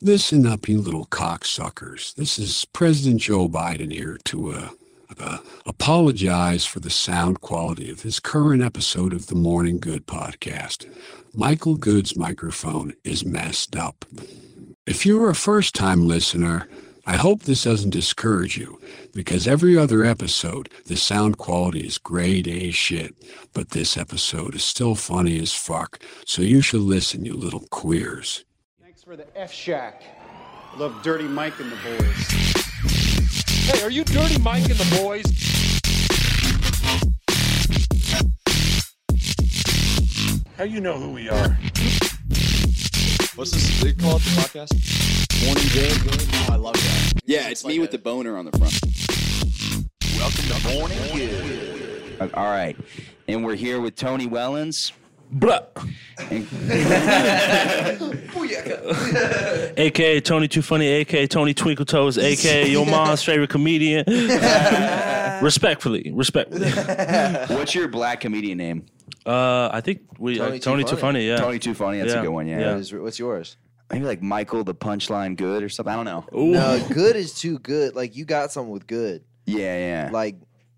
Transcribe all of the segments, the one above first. Listen up, you little cocksuckers. This is President Joe Biden here to uh, uh, apologize for the sound quality of his current episode of the Morning Good podcast. Michael Good's microphone is messed up. If you're a first time listener, I hope this doesn't discourage you because every other episode, the sound quality is grade A shit, but this episode is still funny as fuck. So you should listen, you little queers. Thanks for the F Shack. Love Dirty Mike and the boys. Hey, are you Dirty Mike and the boys? How you know who we are? What's this? They call it the podcast? Morning Good. Oh, I love that. Yeah, it's me with the boner on the front. Welcome to Morning Kid. Uh, All right. And we're here with Tony Wellens. Blah. And, AKA Tony Too Funny, AKA Tony Twinkle Toes, AKA your mom's favorite comedian. respectfully, respectfully. what's your black comedian name? Uh, I think we Tony, uh, Tony Too Tony Too Funny. Funny, yeah. Tony Too Funny. That's Yeah. a good one. Yeah. Yeah. Is- What's yours? Maybe like Michael the Punchline Good or something. I don't know. Ooh. No, Uh, good is too good. Like you got something with good. Yeah, yeah. Like Like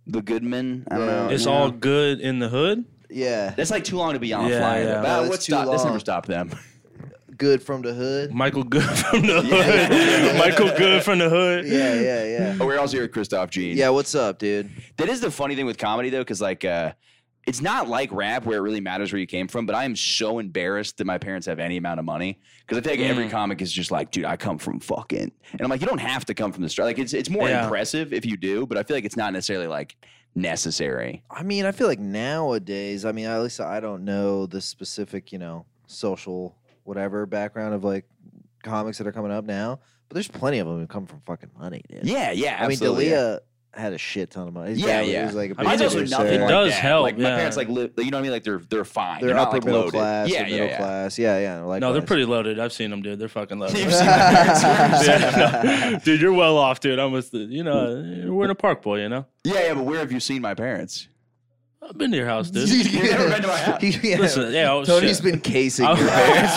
the Goodman. I don't Yeah. know. It's you all know? good in the hood. yeah, That's like too long to be on Yeah, flying. yeah. About No, what it's too stop? This never long. stopped them. good from the hood. Michael Good from the Yeah. hood. Michael Good from the hood. Yeah, yeah, yeah. Oh, we're also here with Christoph Gene. Yeah, what's up, dude? That is the funny thing with comedy though, because like uh it's not like rap where it really matters where you came from, but I am so embarrassed that my parents have any amount of money. Because I think like every comic is just like, dude, I come from fucking and I'm like, you don't have to come from the start. Like it's it's more Yeah. impressive if you do, but I feel like it's not necessarily like necessary. I mean, I feel like nowadays, I mean, at least I don't know the specific, you know, social whatever background of like comics that are coming up now, but there's plenty of them who come from fucking money, dude. Yeah, yeah. I mean, absolutely, yeah. Dalia had a shit ton of money. His Yeah, dad was- yeah. Was like a I big mean, Mine it's does also producer. nothing It like does that. help, Like my yeah. parents, like li- you know what I mean. Like they're they're fine. They're, not, upper like, middle loaded. class. Yeah, or yeah, middle yeah. class. Yeah, yeah. Like No, they're pretty loaded. I've seen them, dude. They're fucking You've loaded. seen parents- Yeah, no. Dude, you're well off, dude. I'm with the, you know, we're in a park boy, you know. yeah, yeah. But where have you seen my parents? I've been to your house, dude. You've never been to my house. yeah. Listen, yeah, oh, Tony's shit. been casing Oh. your parents'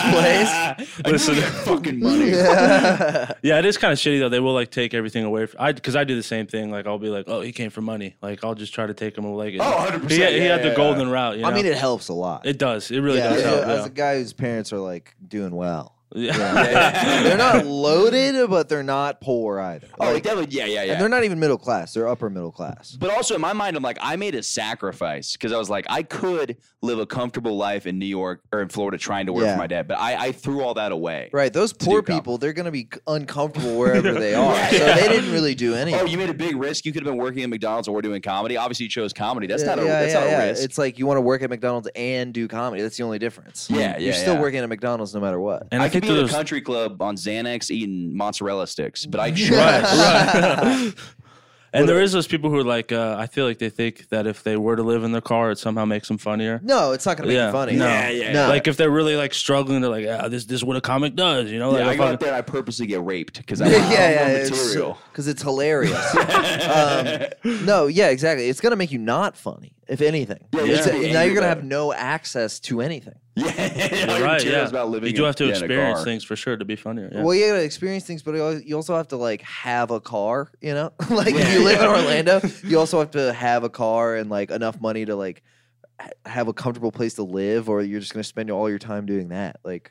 place. I knew Listen, we had fucking money. yeah, it is kind of shitty though. They will like take everything away. From, I because I do the same thing. Like I'll be like, oh, he came for money. Like I'll just try to take him away. Oh, 100%, He, he yeah, had yeah, the yeah. golden route. You know? I mean, it helps a lot. it does. It really yeah, does as, help. a, as a guy whose parents are like doing well, yeah. they're not loaded, but they're not poor either. Oh, Like, like, that would, yeah, yeah, and yeah. they're not even middle class; they're upper middle class. But also in my mind, I'm like, I made a sacrifice because I was like, I could live a comfortable life in New York or in Florida trying to work Yeah. for my dad, but I, I threw all that away. Right? Those do poor comedy. people—they're going to be uncomfortable wherever they are. So they didn't really do anything. Oh, you made a big risk. You could have been working at McDonald's or doing comedy. Obviously, you chose comedy. That's Yeah, not a yeah, that's yeah, not a yeah. risk. It's like you want to work at McDonald's and do comedy. That's the only difference. Yeah, You're yeah, still yeah. working at McDonald's no matter what. And I, I, could be think in a there's right, country club on Xanax eating mozzarella sticks, but I chose. right. and there is those people who are like, uh, I feel like they think that if they were to live in their car, it somehow makes them funnier. No, it's not going to make Yeah, you funny. no. Yeah, yeah, No. Like if they're really like struggling, they're like, ah, this this is what a comic does, you know? Like Yeah, I if go I- out there and I purposely get raped because I yeah, want yeah, yeah, yeah, it's- material. 'cause it's hilarious. um, no, yeah, exactly. It's gonna make you not funny, if anything. Yeah, It's- yeah. Yeah, now you're you're gonna right. have no access to anything. Yeah, You're all your right, material yeah. is about living. you do in- have to yeah, in a experience car. things for sure to be funnier. Yeah. Well, you gotta experience things, but you al- you also have to like have a car. You know, like if Yeah. you live in Orlando, you also have to have a car and like enough money to like ha- have a comfortable place to live, or you're just gonna spend all your time doing that. Like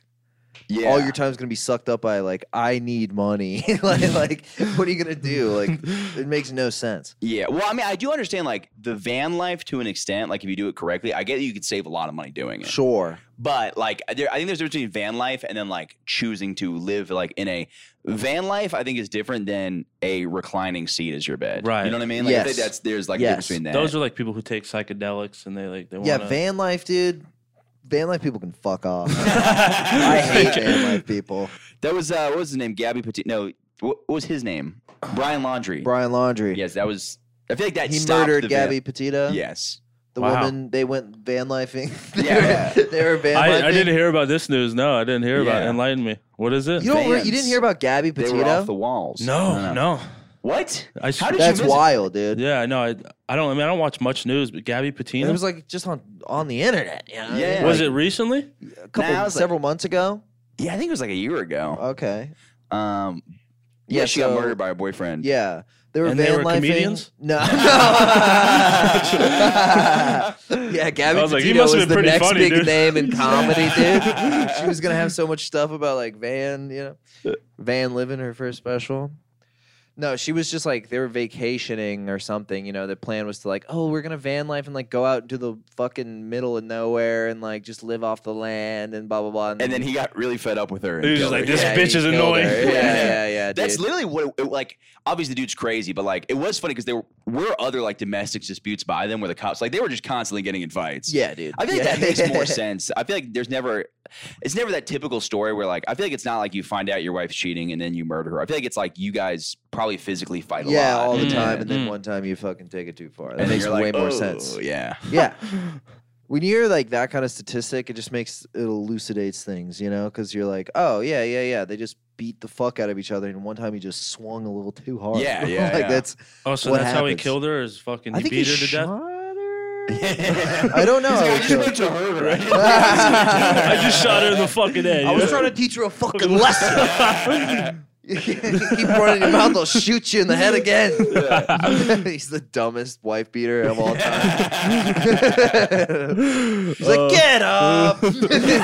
Yeah. all your time's gonna be sucked up by like I need money. like, like what are you gonna do? Like it makes no sense. Yeah. Well, I mean, I do understand like the van life to an extent. Like if you do it correctly, I get that you could save a lot of money doing it. Sure. But like, there, I think there's a difference between van life and then like choosing to live like in a van life. I think is different than a reclining seat as your bed. Right. You know what I mean? Like, I Yes. think that's there's like a difference Yes. between that. Those are like people who take psychedelics and they like they want Yeah, van life, dude. Van life people can fuck off. I I hate van life people. That was uh, what was his name? Gabby Petit. No, wh- what was his name? Brian Laundry. Brian Laundry. Yes, that was. I feel like that he stopped murdered the van- Gabby Petito. Yes. The Wow. woman they went van lifing. they, Yeah. were, they were van lifing. I, I didn't hear about this news. No, I didn't hear about Yeah. it. Enlighten me. What is it? You don't. re- you Vans. didn't hear about Gabby They were off the Petito? walls. no, no. What? I How did you That's miss it? wild, dude. Yeah, I know. I, I don't. I mean, I don't watch much news, but Gabby It Patino was was, like just on on the internet. You know? what I Yeah. mean? Was it recently? a couple Nah, it was like- several months ago? Yeah, I think it was like a year ago. Okay. Um, yeah, Yeah, she got so- murdered by her boyfriend. Yeah. They were And van they were lifing- comedians? No. yeah, Gabby I was like, "You Petito must have been was the pretty next funny, big dude." name in comedy, dude. she was gonna have so much stuff about like van, you know, van living her first special. No, she was just like they were vacationing or something. You know, the plan was to like, oh, we're gonna van life and like go out into the fucking middle of nowhere and like just live off the land and blah blah blah. And then he got really fed up with her. and He was just killed like, her. "This Yeah, bitch he is killed annoying." her. Yeah, yeah, yeah. That's dude. literally what it, it- like. Obviously, the dude's crazy, but like, it was funny because there were, were other like domestic disputes by them where the cops like they were just constantly getting in fights. yeah, dude. I feel like yeah. that makes more sense. I feel like there's never, it's never that typical story where like I feel like it's not like you find out your wife's cheating and then you murder her. I feel like it's like you guys probably physically fight a yeah, lot. all the Mm-hmm. and time, then- and then one time you fucking take it too far. and That then makes you're way like, more "Oh, sense. Yeah, Yeah. When you hear like that kind of statistic, it just makes it elucidates things, you know, because you're like, oh yeah, yeah, yeah, they just beat the fuck out of each other, and one time he just swung a little too hard. Yeah, like yeah, yeah. that's. Oh, so What that's how he happens? killed her? Is fucking I he think beat he her to shot death? her. I I don't know. how he killed- to her. I just shot her in the fucking head. I was trying to teach her a fucking lesson. you keep running your mouth, I'll shoot you in the head again. He's the dumbest wife beater of all time. He's like, get up! Could be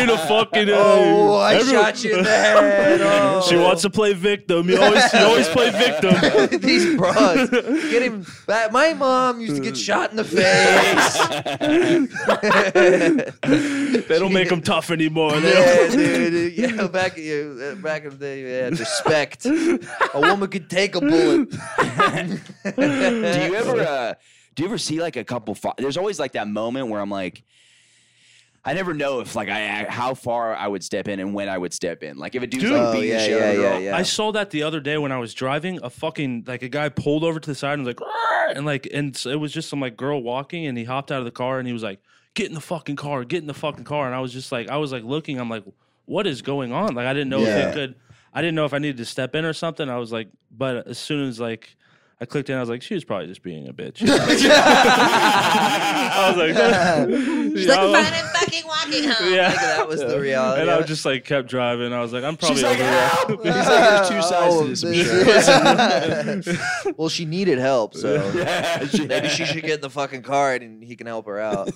in a fucking. uh, oh, I everyone- shot you in the head. Oh. She wants to play victim. You always, you always play victim. These bros. Get him back. My mom used to get shot in the face. They don't make them tough anymore. They don't- Yeah, dude. Yeah, back uh, back in the day, they had respect. A woman could take a bullet. do you ever uh, do you ever see like a couple fi- there's always like that moment where i'm like I never know if like I I- how far I would step in and when I would step in. Like if a dude's Dude. like Oh, beating the yeah, shit out of a yeah, girl, yeah, I saw that the other day when I was driving. A fucking like a guy pulled over to the side and was like, "Rrr," and like, and so it was just some like girl walking, and he hopped out of the car and he was like, "Get in the fucking car, get in the fucking car." And I was just like, I was like looking, I'm like, "What is going on?" Like I didn't know if Yeah. it could, I didn't know if I needed to step in or something. I was like, but as soon as like. I clicked in. I was like, she was probably just being a bitch. I was like, She's Yeah, I like, was- fine, I'm fucking walking home. yeah. that was the reality. And of I it. just like kept driving. I was like, I'm probably She's like, over there. "Help!" He's like, there's two sides Oh, to this. I'm this- well, she needed help, so sure. maybe she should get in the fucking car and he can help her out.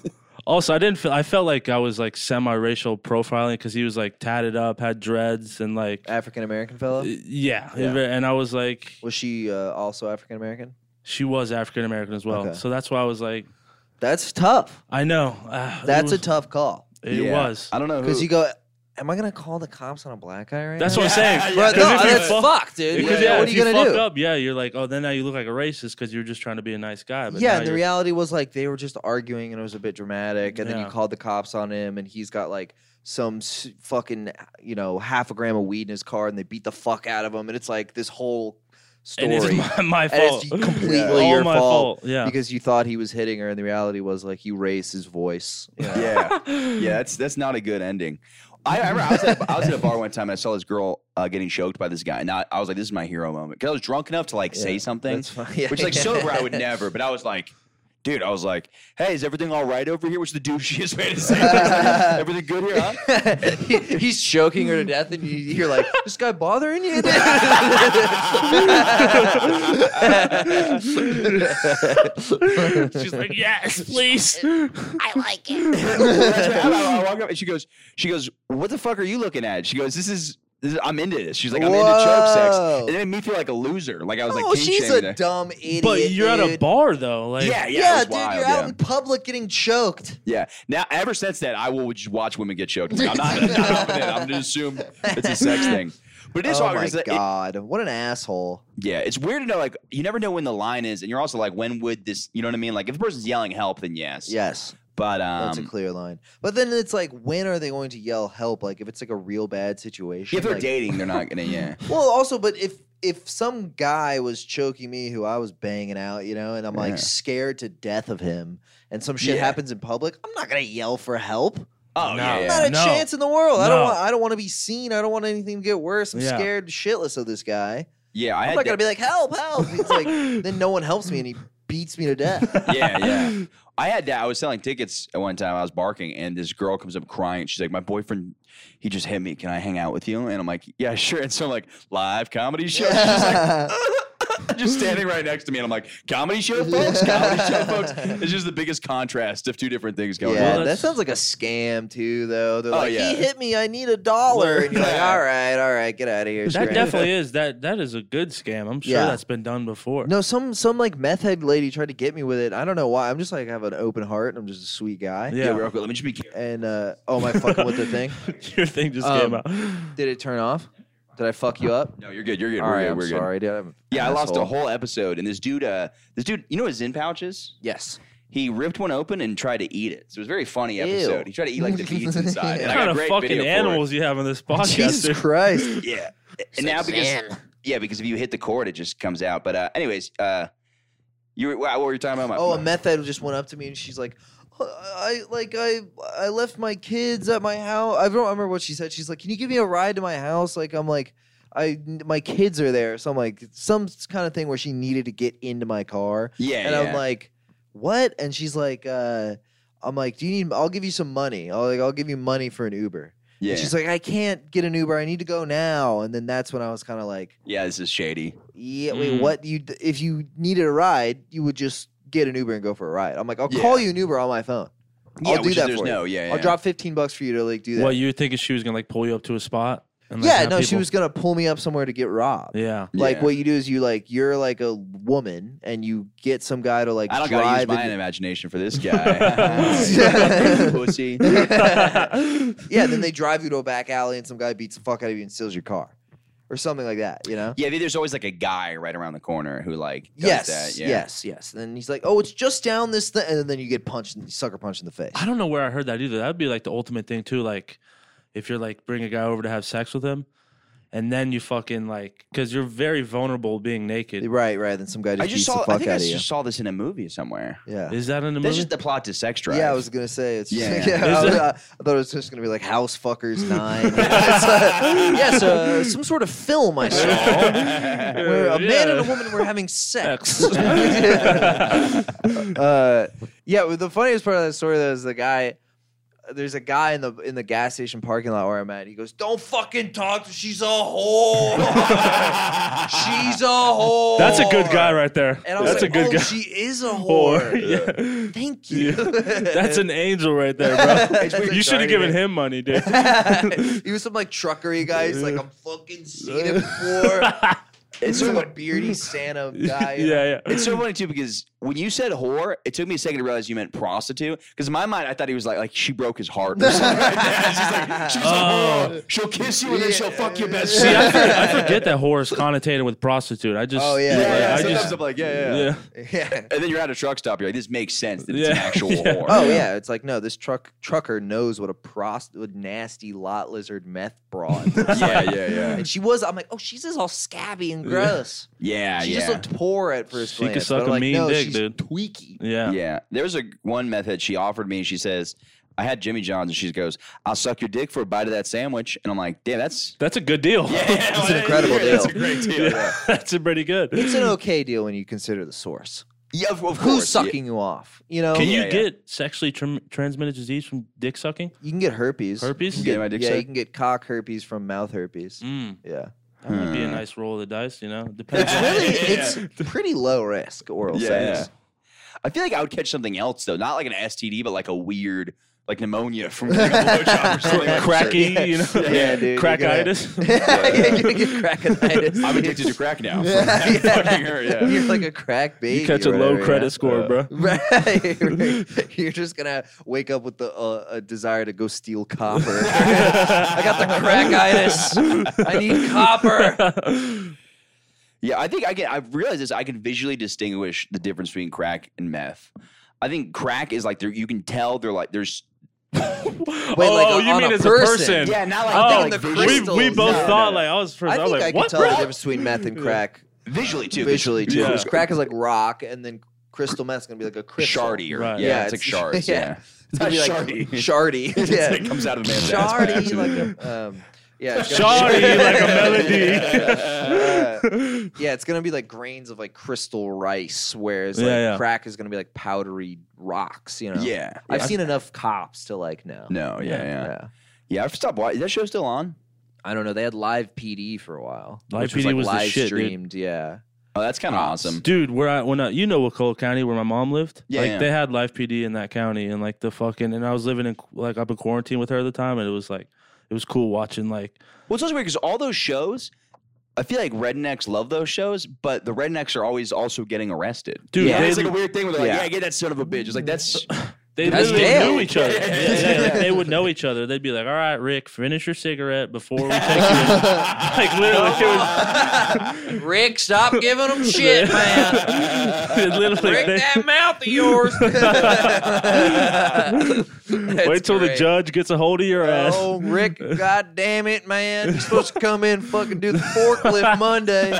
Also, I didn't feel. I felt like I was like semi-racial profiling because he was like tatted up, had dreads, and like African American fellow? yeah. Yeah. And I was like, Was she uh, also African American? she was African American as well, Okay. so that's why I was like, That's tough. I know. Uh, That's it a tough call. was, it Yeah. was. I don't know Because who. you go, am I going to call the cops on a black guy right That's now? what I'm saying. Bro, Because no, if you that's fuck- fucked, dude. Because Yeah, yeah, what are if you gonna fuck do? up, yeah, you're like, oh, then now you look like a racist because you're just trying to be a nice guy. But yeah, now and the you're- reality was like they were just arguing and it was a bit dramatic. And then Yeah. you called the cops on him, and he's got like some s- fucking, you know, half a gram of weed in his car, and they beat the fuck out of him. And it's like this whole story. and it's my, my And fault. it's completely All your my fault. Yeah. Because you thought he was hitting her, and the reality was like he raised his voice. Yeah. yeah, yeah. That's that's not a good ending. I, I remember I was, at, I was at a bar one time and I saw this girl uh, getting choked by this guy, and I, I was like, "This is my hero moment." Because I was drunk enough to like say Yeah, something, that's fine. Yeah, which like yeah. sober I would never, but I was like. Dude, I was like, "Hey, is everything all right over here?" Which the douchiest way to say it. everything good here, huh? He- He's choking her to death, and you, you're like, "This guy bothering you?" She's like, yes, please. I like it. I walk up and she goes, she goes, what the fuck are you looking at? She goes, this is, this is I'm into this. She's like, I'm into choke sex. Whoa. And it made me feel like a loser. Like I was like, oh, king she's shaming a there. dumb idiot. But you're at a dude. bar though. Like, Yeah, yeah, it Yeah, was dude, wild, you're yeah. out in public getting choked. yeah. Now, ever since that, I will just watch women get choked. I'm not, I'm not up with it. I'm just assume it's a sex thing. But it is oh hard my because it- god, what an asshole! yeah, it's weird to know. Like, you never know when the line is, and you're also like, when would this? You know what I mean? Like, if the person's yelling help, then yes. Yes, But that's a um, clear line. But then it's like, when are they going to yell help? Like if it's like a real bad situation. if they're like- dating, they're not gonna. Yeah. Well, also, but if if some guy was choking me who I was banging out, you know, and I'm like Yeah. scared to death of him, and some shit Yeah. happens in public, I'm not gonna yell for help. Oh No. yeah. yeah. Not a No. chance in the world. I don't No. want. I don't want to be seen. I don't want anything to get worse. I'm Yeah. scared shitless of this guy. Yeah, I I'm had not that- gonna be like help, help. It's like then no one helps me, and he beats me to death. yeah, yeah. I had that. I was selling tickets at one time. I was barking, and this girl comes up crying. She's like, "My boyfriend, he just hit me. Can I hang out with you?" And I'm like, "Yeah, sure." And so I'm like, "Live comedy show." She's like, just standing right next to me, and I'm like, "Comedy show, folks. Comedy show, folks." It's just the biggest contrast of two different things going on. yeah, that that's- sounds like a scam too, though. They're Oh, like, yeah. he hit me. I need a dollar. And you're like, all right, all right, get out of here. That scram." definitely is that. That is a good scam. I'm sure Yeah. that's been done before. No, some some like meth head lady tried to get me with it. I don't know why. I'm just like have an open heart. and I'm just a sweet guy. Yeah, Yeah. real quick. Let me just be careful. And uh, oh my fucking with the thing. Your thing just Um, came out. Did it turn off? Did I fuck you up? No, you're good. You're good. All we're right, good. I'm we're sorry, dude. I'm an good. Yeah, I lost a asshole. whole episode, and this dude, uh, this dude, you know what Zen pouch is? Yes. he ripped one open and tried to eat it. So it was a very funny episode. Ew. He tried to eat like the beads inside. and What I got kind a of great fucking video for it. animals you have on this podcast? Jesus dude? Christ. Yeah. And now because Suzanne. yeah, because if you hit the cord, it just comes out. But uh, anyways, uh, you were, what were you talking about? My- Oh, a meth head just went up to me and she's like, I like I I left my kids at my house. I don't remember what she said. She's like, "Can you give me a ride to my house?" Like I'm like, I my kids are there. So I'm like, some kind of thing where she needed to get into my car. yeah, and yeah. I'm like, what? And she's like, uh, I'm like, do you need? I'll give you some money. I'll like, I'll give you money for an Uber. yeah, And she's like, I can't get an Uber. I need to go now. And then that's when I was kind of like, yeah, this is shady. yeah, wait, Mm. what? You d- if you needed a ride, you would just get an Uber and go for a ride. I'm like, I'll Yeah. call you an Uber on my phone. Yeah, I'll do which is- that there's for you. no, yeah, yeah. I'll drop 15 bucks for you to like do that. What you were thinking she was gonna like pull you up to a spot? And, like, yeah, have no, she people- was gonna pull me up somewhere to get robbed. Yeah. Like Yeah. what you do is you like you're like a woman and you get some guy to like I don't gotta use drive my into- imagination for this guy. Pussy. yeah, then they drive you to a back alley and some guy beats the fuck out of you and steals your car or something like that, you know? Yeah, I think there's always like a guy right around the corner who like does yes, that. Yeah. yes, yes. And then he's like, oh, it's just down this thing. And then you get punched, and sucker punched in the face. I don't know where I heard that either. That'd be like the ultimate thing too. Like, if you're like bring a guy over to have sex with him, and then you fucking like, because you're very vulnerable being naked. Right, right. Then some guy just, I just beats saw. the I fuck think out I of you. just saw this in a movie somewhere. Yeah. Is that in the That's movie? just the plot to Sex Drive. Yeah, I was gonna say it's Yeah. yeah. I, Is was- uh, it- I thought it was just gonna be like House Fuckers Nine. yes, uh, some sort of film I saw where a man and a woman were having sex. uh, yeah, well, the funniest part of that story though is the guy. There's a guy in the in the gas station parking lot where I'm at. He goes, "Don't fucking talk to. She's a whore. she's a whore." That's a good guy right there. And I was That's like, a good "Oh, guy. she is a Or- whore. yeah. Thank you. That's an angel right there, bro. It's weird. you should Sorry, have given dude. him money, dude. he was some like truckery guy. He's like, I'm fucking seen it before. It's sort of a beardy Santa guy. you know? yeah, yeah. It's so funny too because when you said whore, it took me a second to realize you meant prostitute. Because in my mind, I thought he was like like she broke his heart. Or something like that. It's just like, she's Oh. a whore. She'll kiss you and then she'll fuck your best See, I, friend. forget, I forget that whore is connotated with prostitute. I just, Oh, yeah, Yeah, like, yeah, I sometimes just, I'm like, yeah, yeah, yeah. yeah. Yeah. And then you're at a truck stop. You're like, this makes sense that it's an Yeah. actual Yeah. whore. Oh yeah, it's like no, this truck trucker knows what a prost, what nasty lot lizard meth broad. looks yeah, like. yeah, yeah, And she was, I'm like, oh, she's just all scabby and gross. yeah, She yeah. just looked poor at first Ah, She could glance. but suck I'm a like, mean no, dick, she's dude." Tweaky. yeah. Yeah. There was a one method she offered me. She says, I had Jimmy John's and she goes, I'll suck your dick for a bite of that sandwich. And I'm like, damn, that's That's a good deal. that's an incredible That's a deal. great deal. Yeah, That's a pretty good. It's an okay deal when you consider the source. Yeah, of, of Who's course. Yeah. sucking you off? You know, Can Yeah, you yeah. get sexually trim- transmitted disease from dick sucking? you can get herpes. Herpes? Yeah, my dick yeah, sucked. you can get cock herpes from mouth herpes. Mm, Yeah. that might be a nice roll of the dice, you know? Depends. on- Really, Hmm. it's pretty low risk oral Yeah, sex. I feel like I would catch something else though, not like an STD, but like a weird, like pneumonia from getting a blowjob or something. like that. Cracky, you know? Yeah, dude, you're gonna- Crackitis. yeah, you're gonna get crackinitis. I'm addicted to crack now. from Yeah, yeah. fucking her, yeah. You're like a crack baby. You catch a or low whatever, credit yeah. score, bro. Right, right. You're just gonna wake up with the uh, a desire to go steal copper. I got the crackitis. I need copper. Yeah, I think I can. I've realized this. I can visually distinguish the difference between crack and meth. I think crack is like there. You can tell they're like there's. Wait, like, oh, on- you on mean a as a person. person? Yeah, not like, Oh, I'm thinking the we, crystals. we both No, no, thought no. like I was first. I, I was think like, I can what? tell the bro? difference between meth and crack visually too. 'cause visually too. Yeah. Because crack is like rock, and then crystal meth's gonna be like a crystal. Shardy or Right. yeah, Yeah, it's, it's- like shards. yeah. Yeah, It's gonna be Shardy. like shardy. It's yeah. like it comes out of the man's ass by Shardy. accident. Like, um, Yeah. it's gonna Sorry, be- like a melody. Uh, yeah, it's gonna be like grains of like crystal rice, whereas like Yeah, yeah. crack is gonna be like powdery rocks. You know. Yeah, I've yeah. seen enough cops to like know. No, yeah, yeah, yeah. Yeah. I've stopped watching. Is that show still on? I don't know. They had live PD for a while. Live which PD like, was the live shit, dude. streamed. Yeah. Oh, that's kind of awesome. Dude, where I when I, you know Wacola County where my mom lived, Yeah, like yeah. they had life PD in that county, and like the fucking and I was living in like up in quarantine with her at the time, and it was like it was cool watching like Well, it's also weird because all those shows, I feel like rednecks love those shows, but the rednecks are always also getting arrested. Dude, yeah, they- Mm-hmm. it's like a weird thing where they're like, Yeah. yeah, get that son of a bitch. It's like that's they That's literally jail. knew each other. Yeah. Yeah, yeah, like, they would know each other. They'd be like, "All right, Rick, finish your cigarette before we take you." like literally, it was. Rick, stop giving them shit, man. It literally, Break they- that mouth of yours. That's wait till the great. judge gets a hold of your ass. Oh, Rick, god damn it, man. You're supposed to come in and fucking do the forklift Monday.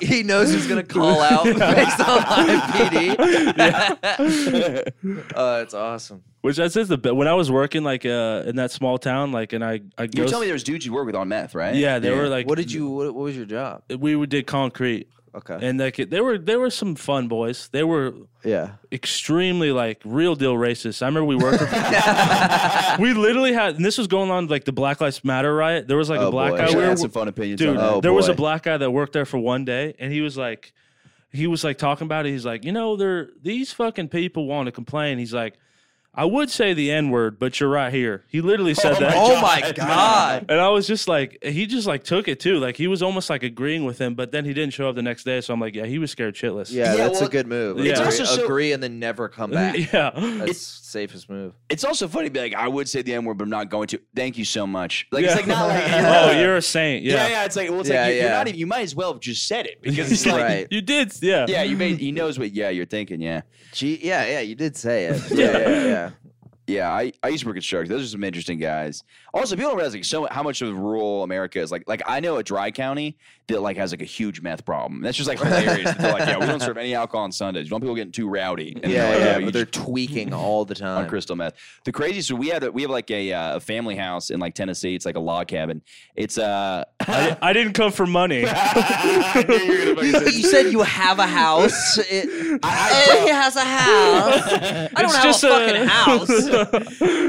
He, he knows he's going to call out based on live PD. uh, it's awesome. Which that's just the be- when I was working like uh in that small town, like and I you I were ghost- telling me there was dudes you work with on meth, right? yeah they were like What did you, what, what was your job? we would did concrete Okay. and like they were they were some fun boys they were Yeah. extremely like real deal racist I remember we worked with, we literally had and this was going on like the Black Lives Matter riot there was like Oh, a black boy. guy Sure, we had were, some fun opinions. dude on that. there was a "Oh, boy. black guy that worked there for one day and he was like he was like talking about it he's like you know there these fucking people want to complain he's like I would say the N word but you're right here he literally said that Oh my God. And I was just like, he just like took it too. Like he was almost like agreeing with him, but then he didn't show up the next day. So I'm like, yeah, he was scared shitless. Yeah, Yeah, that's well, a good move. it's agree, also so- agree and then never come back. yeah. That's safest move. It's also funny to be like, I would say the N word, but I'm not going to. Thank you so much. Like, it's Yeah. like not like. oh, you're a saint. Yeah, yeah. Yeah. it's like, well, it's Yeah, like, you you're yeah. not even, you might as well have just said it because it's like, Right. You did. Yeah. yeah, you made, he knows what, yeah, you're thinking, yeah. Gee, yeah, yeah, you did say it. Yeah, yeah, yeah. Yeah, I, I used to work at Sharks. Those are some interesting guys. Also, people don't realize like so how much of rural America is like like I know a dry county that like has like a huge meth problem. That's just like hilarious. that they're like, yeah, we don't serve any alcohol on Sundays. We don't want people getting too rowdy. And they're Yeah, like, yeah, you but they're just tweaking all the time. on crystal meth. The craziest we had a, we have like a, uh, a family house in like Tennessee. It's like a log cabin. It's uh I, I didn't come for money. I knew you were gonna fucking say you said you have a house. It, Eh, he has a house. I don't It's have just a a- fucking house.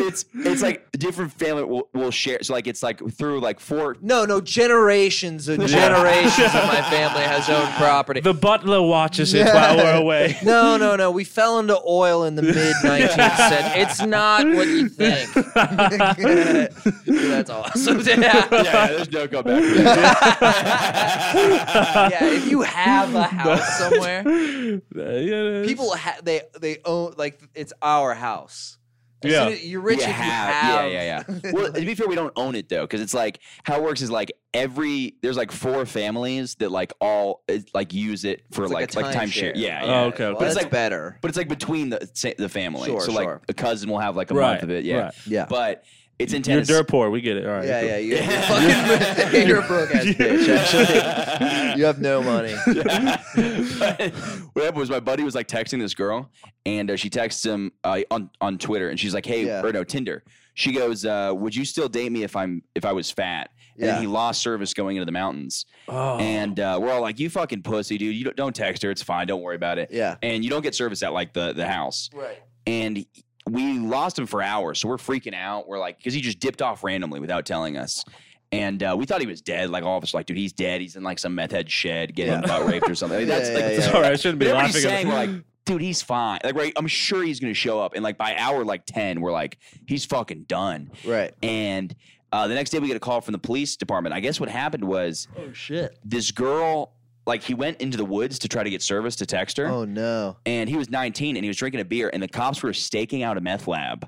it's it's like different family will, will share. So like it's like through like four No, no, generations and generations of my family has owned property. the butler watches it while we're away. No, no, no. We fell into oil in the mid 19th century. It's not what you think. That's awesome. Yeah. yeah, there's no go back. from that. yeah, if you have a house somewhere, Yeah, yeah. people ha- they they own like it's our house. As Yeah. soon as- you're rich You if have- you have. Yeah, yeah, yeah. well, to be fair, we don't own it though, because it's like how it works is like every there's like four families that like all eh, like use it for It's like like a like, timeshare. timeshare. Yeah, yeah. Oh, okay, Well, okay. But that's it's like better. but it's like between the sa- the family. Sure, so like sure. a cousin will have like a month Right, of it. Yeah, right. Yeah. But it's in You're Tennessee. dirt poor. We get it. All right. Yeah, cool. yeah, you, you're fucking you're a broke ass bitch. Actually, you have no money. But what happened was my buddy was like texting this girl, and uh, she texts him uh, on on Twitter, and she's like, "Hey, Yeah. or no, Tinder." She goes, uh, "Would you still date me if I'm if I was fat?" And Yeah. then he lost service going into the mountains, Oh. and uh, we're all like, "You fucking pussy, dude! You don't, don't text her. It's fine. Don't worry about it." Yeah. And you don't get service at like the the house, Right. and we lost him for hours. So we're freaking out. We're like, because he just dipped off randomly without telling us. And uh, we thought he was dead. Like all of us, like, dude, he's dead. He's in like some meth head shed getting Yeah. butt raped or something. Like, that's Yeah, like, yeah, yeah. that's- Sorry, I shouldn't be but laughing. everybody's at saying, we're like, dude, he's fine. Like, right, I'm sure he's gonna show up. And like by hour like ten, we're like, he's fucking done. Right. And uh, the next day we get a call from the police department. I guess what happened was Oh shit. this girl, like, he went into the woods to try to get service to text her Oh no. and he was 19 and he was drinking a beer and the cops were staking out a meth lab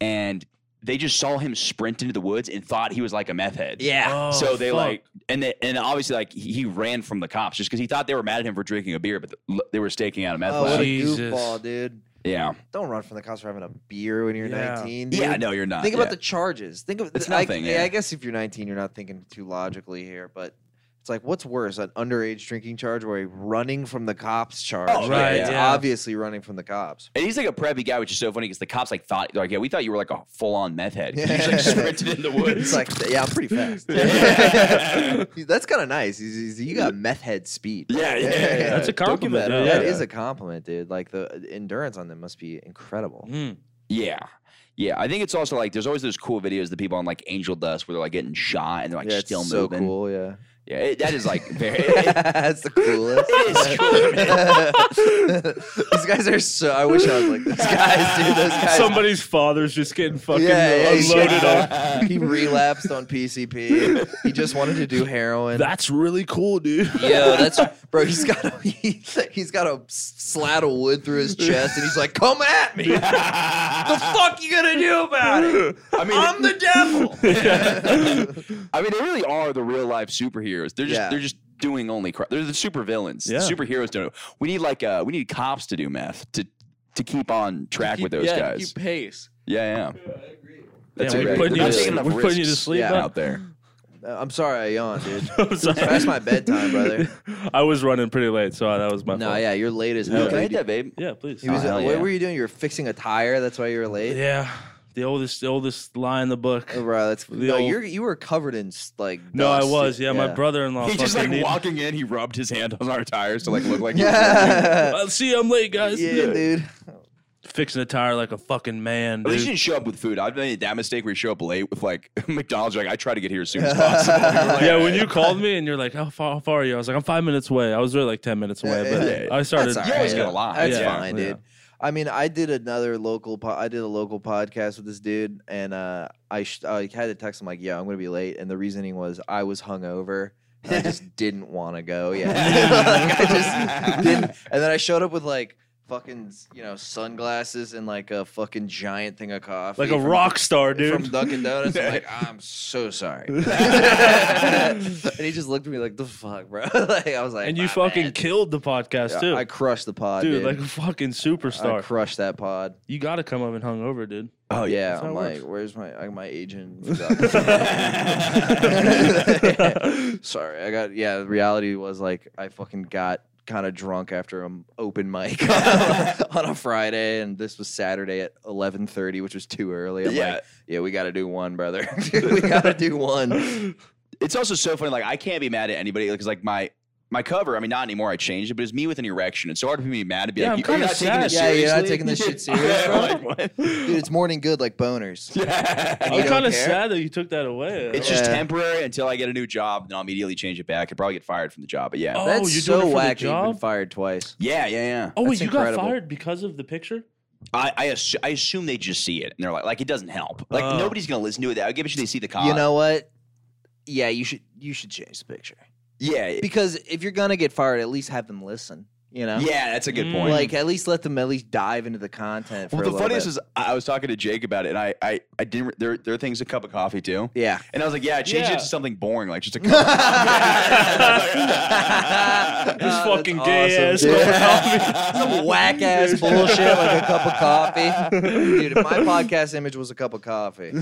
and they just saw him sprint into the woods and thought he was like a meth head. Yeah. Oh, so they fuck. like and they, and obviously like he he ran from the cops just because he thought they were mad at him for drinking a beer, but th- they were staking out a meth Oh, lab. what a Jesus. goofball, dude. yeah, Don't run from the cops for having a beer when you're Yeah. 19. Dude. yeah, no, you're not. Think about yeah. the charges. Think of It's I, nothing, I, yeah. guess if you're 19, you're not thinking too logically here, but It's like what's worse, an underage drinking charge or a running from the cops charge? Oh, Right, It's yeah. obviously running from the cops. And he's like a preppy guy, which is so funny because the cops like thought they're like, yeah, we thought you were like a full on meth head. You just like sprinted in the woods. It's like, yeah, I'm pretty fast. Yeah. He's- That's kind of nice. He's, he's, you got meth head speed. yeah, yeah, yeah. That's a Don't give compliment, that dude. up. That is a compliment, dude. Like the endurance on them must be incredible. hmm. Mm. Yeah. Yeah. I think it's also like there's always those cool videos that people on like Angel Dust where they're like getting shot and they're like yeah, it's still so moving. cool. Yeah, Yeah, it, that is like very. that's the coolest. These guys are so. I wish I was like these guys, dude. Those guys. Somebody's father's just getting fucking he's unloaded just- on. He relapsed on PCP. He just wanted to do heroin. That's really cool, dude. Yo, that's bro. He's got a he, he's got a s- slat of wood through his chest, and he's like, "Come at me! the fuck you gonna do about it? I mean, I'm the devil." I mean, they really are the real life superheroes. They're just Yeah. they're just doing only crap. They're the super villains. Yeah. Superheroes don't. We need like uh, we need cops to do meth to to keep on track with those yeah, guys. Keep pace. Yeah, yeah. That's Yeah, a we're great- putting they're not you to taking sleep. enough We're putting you to risks sleep. Yeah. out there. Uh, I'm sorry, I yawned, dude. I'm sorry. Past my bedtime, brother. I was running pretty late, so that was my No, fault. yeah, you're late as Yo, hell. Can I dude. hit that, babe? Yeah, please. He was. Oh, hell what yeah. were you doing? You were fixing a tire. That's why you were late. Yeah, the oldest, the oldest lie in the book. Oh, bro, that's no. old- You you were covered in s- like. No, I dust. was. Yeah, my brother-in-law. He just fucking like needed- walking in, he rubbed his hand on our tires to like look like. he was running. Yeah. I'll see you. I'm late, guys. yeah, dude. Fixing a tire like a fucking man, At least you dude. didn't show up with food. I've made that mistake where you show up late with like McDonald's. You're like, I try to get here as soon as possible. You're like, Yeah, when you called me and you're like, how far, how far are you? I was like, I'm five minutes away. I was really like ten minutes away, Yeah, but yeah, yeah. I started. That's all You always right. gotta lie. That's Yeah. fine, Yeah. dude. I mean, I did another local. Po- I did a local podcast with this dude, and uh, I sh- I had to text him like, "Yo, I'm gonna be late," and the reasoning was I was hungover. and I just didn't want to go. Yeah, like, I just didn't. And then I showed up with like fucking you know sunglasses and like a fucking giant thing of coffee, like a from- rock star, dude. from Dunkin' Donuts. I'm like, I'm so sorry. and he just looked at me like, the fuck, bro. like I was like, and you "My fucking bad." killed the podcast too, Yeah, I crushed the pod, dude, dude. Like a fucking I superstar. crushed that pod. You got to come up and hungover, dude. Oh yeah, That's how I'm it like, works. where's my I, my agent? forgot." Sorry, I got yeah. The reality was like I fucking got kind of drunk after an open mic on a Friday, and this was Saturday at 11:30, which was too early. I'm Yeah. like, yeah, we got to do one, brother. we got to do one. it's also so funny. Like I can't be mad at anybody because like my my cover. I mean, not anymore. I changed it, but it's me with an erection. It's so hard for me to be mad to be Yeah, like, I'm you're not kinda taking this sad. Yeah, seriously. you're not taking this shit serious, bro. Like, what? Dude, it's morning good like boners. Yeah. I'm don't kind of care? sad that you took that away. It's just Yeah. temporary until I get a new job, then I'll immediately change it back. I'd probably get fired from the job, but yeah, Oh, That's you're so doing it for the wacky. You've been job? fired twice. yeah, yeah, yeah. oh, wait, that's you incredible. got fired because of the picture? I I, assu- I assume they just see it and they're like, like it doesn't help. Like Oh. nobody's gonna listen to it. I give a shit. They see the cop. You know what? Yeah, you should you should change the picture. Yeah, it- because if you're gonna get fired, at least have them listen. You know, yeah. That's a good Mm. point. like at least let them at least dive into the content. For Well, a the little funniest bit. is I I was talking to Jake about it, and I, I, I didn't. re- There, there are things a cup of coffee too, yeah. and I was like, yeah, change Yeah. it to something boring, like just a cup. Of coffee. This Oh, fucking that's gay awesome, ass dude. Some whack ass bullshit like a cup of coffee. Dude, if my podcast image was a cup of coffee,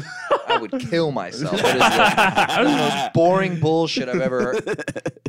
I would kill myself. It is the most boring bullshit I've ever heard.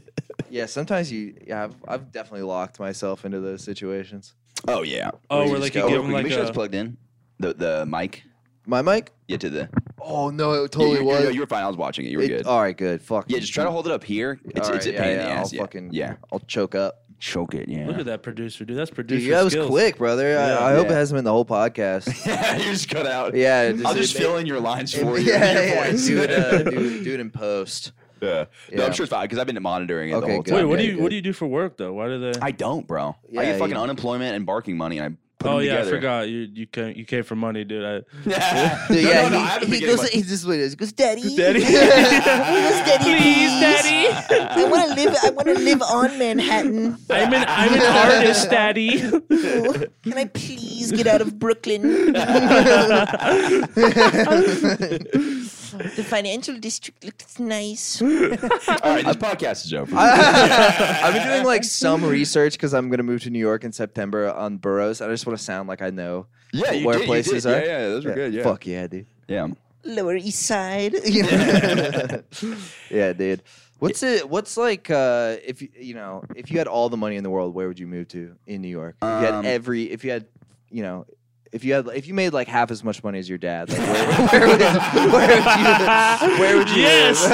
Yeah, sometimes you yeah, I've I've definitely locked myself into those situations. oh yeah. Oh, you where just like go- you give him Make like sure it's a. plugged in. The the mic. My mic? Yeah, to the. Oh no, it Yeah, totally you, was. You, you were fine. I was watching it. You were It- uh, good. All right, good. Fuck. yeah, just try to hold it up here. It's, All it's a right, pain in the ass. I'll yeah. fucking yeah. I'll choke up. Choke it. Yeah. Look at that producer, dude. That's producer. Dude, that was skills. quick, brother. I, Yeah. I hope it Yeah. hasn't been the whole podcast. you just cut out. Yeah, it I'll it just ma- fill in your lines for it- you. Yeah, your yeah, voice. do it, uh, do, do it in post. yeah. No, Yeah. I'm sure it's fine because I've been monitoring it Okay, the whole good. time. Wait, what Yeah, do you good. what do you do for work though? Why do they? I don't, bro. Yeah, I get fucking you- unemployment and barking money, and I put oh them yeah, together. I forgot you you came you came for money, dude. I, Yeah. Dude, no, yeah, no, no, he, I haven't he been goes. getting much- He's this way. He goes, Daddy. Daddy. Please, Daddy. I want to live. I want to live on Manhattan. I'm an I'm an artist, daddy. Oh, Can I please get out of Brooklyn? the financial district looks nice. All right, this podcast is over. I've been doing like some research because I'm gonna move to New York in September on boroughs. and I just want to sound like I know yeah, you where did, you places did. are. Yeah, yeah, those were good. Yeah, Fuck yeah, dude. yeah. Lower East Side. You know? yeah, dude. What's it? What's like uh, if you you know if you had all the money in the world, where would you move to in New York? If you Um, had every, if you had, you know, if you had, if you made like half as much money as your dad, like, where, where, would, where would you? Where would you Yes!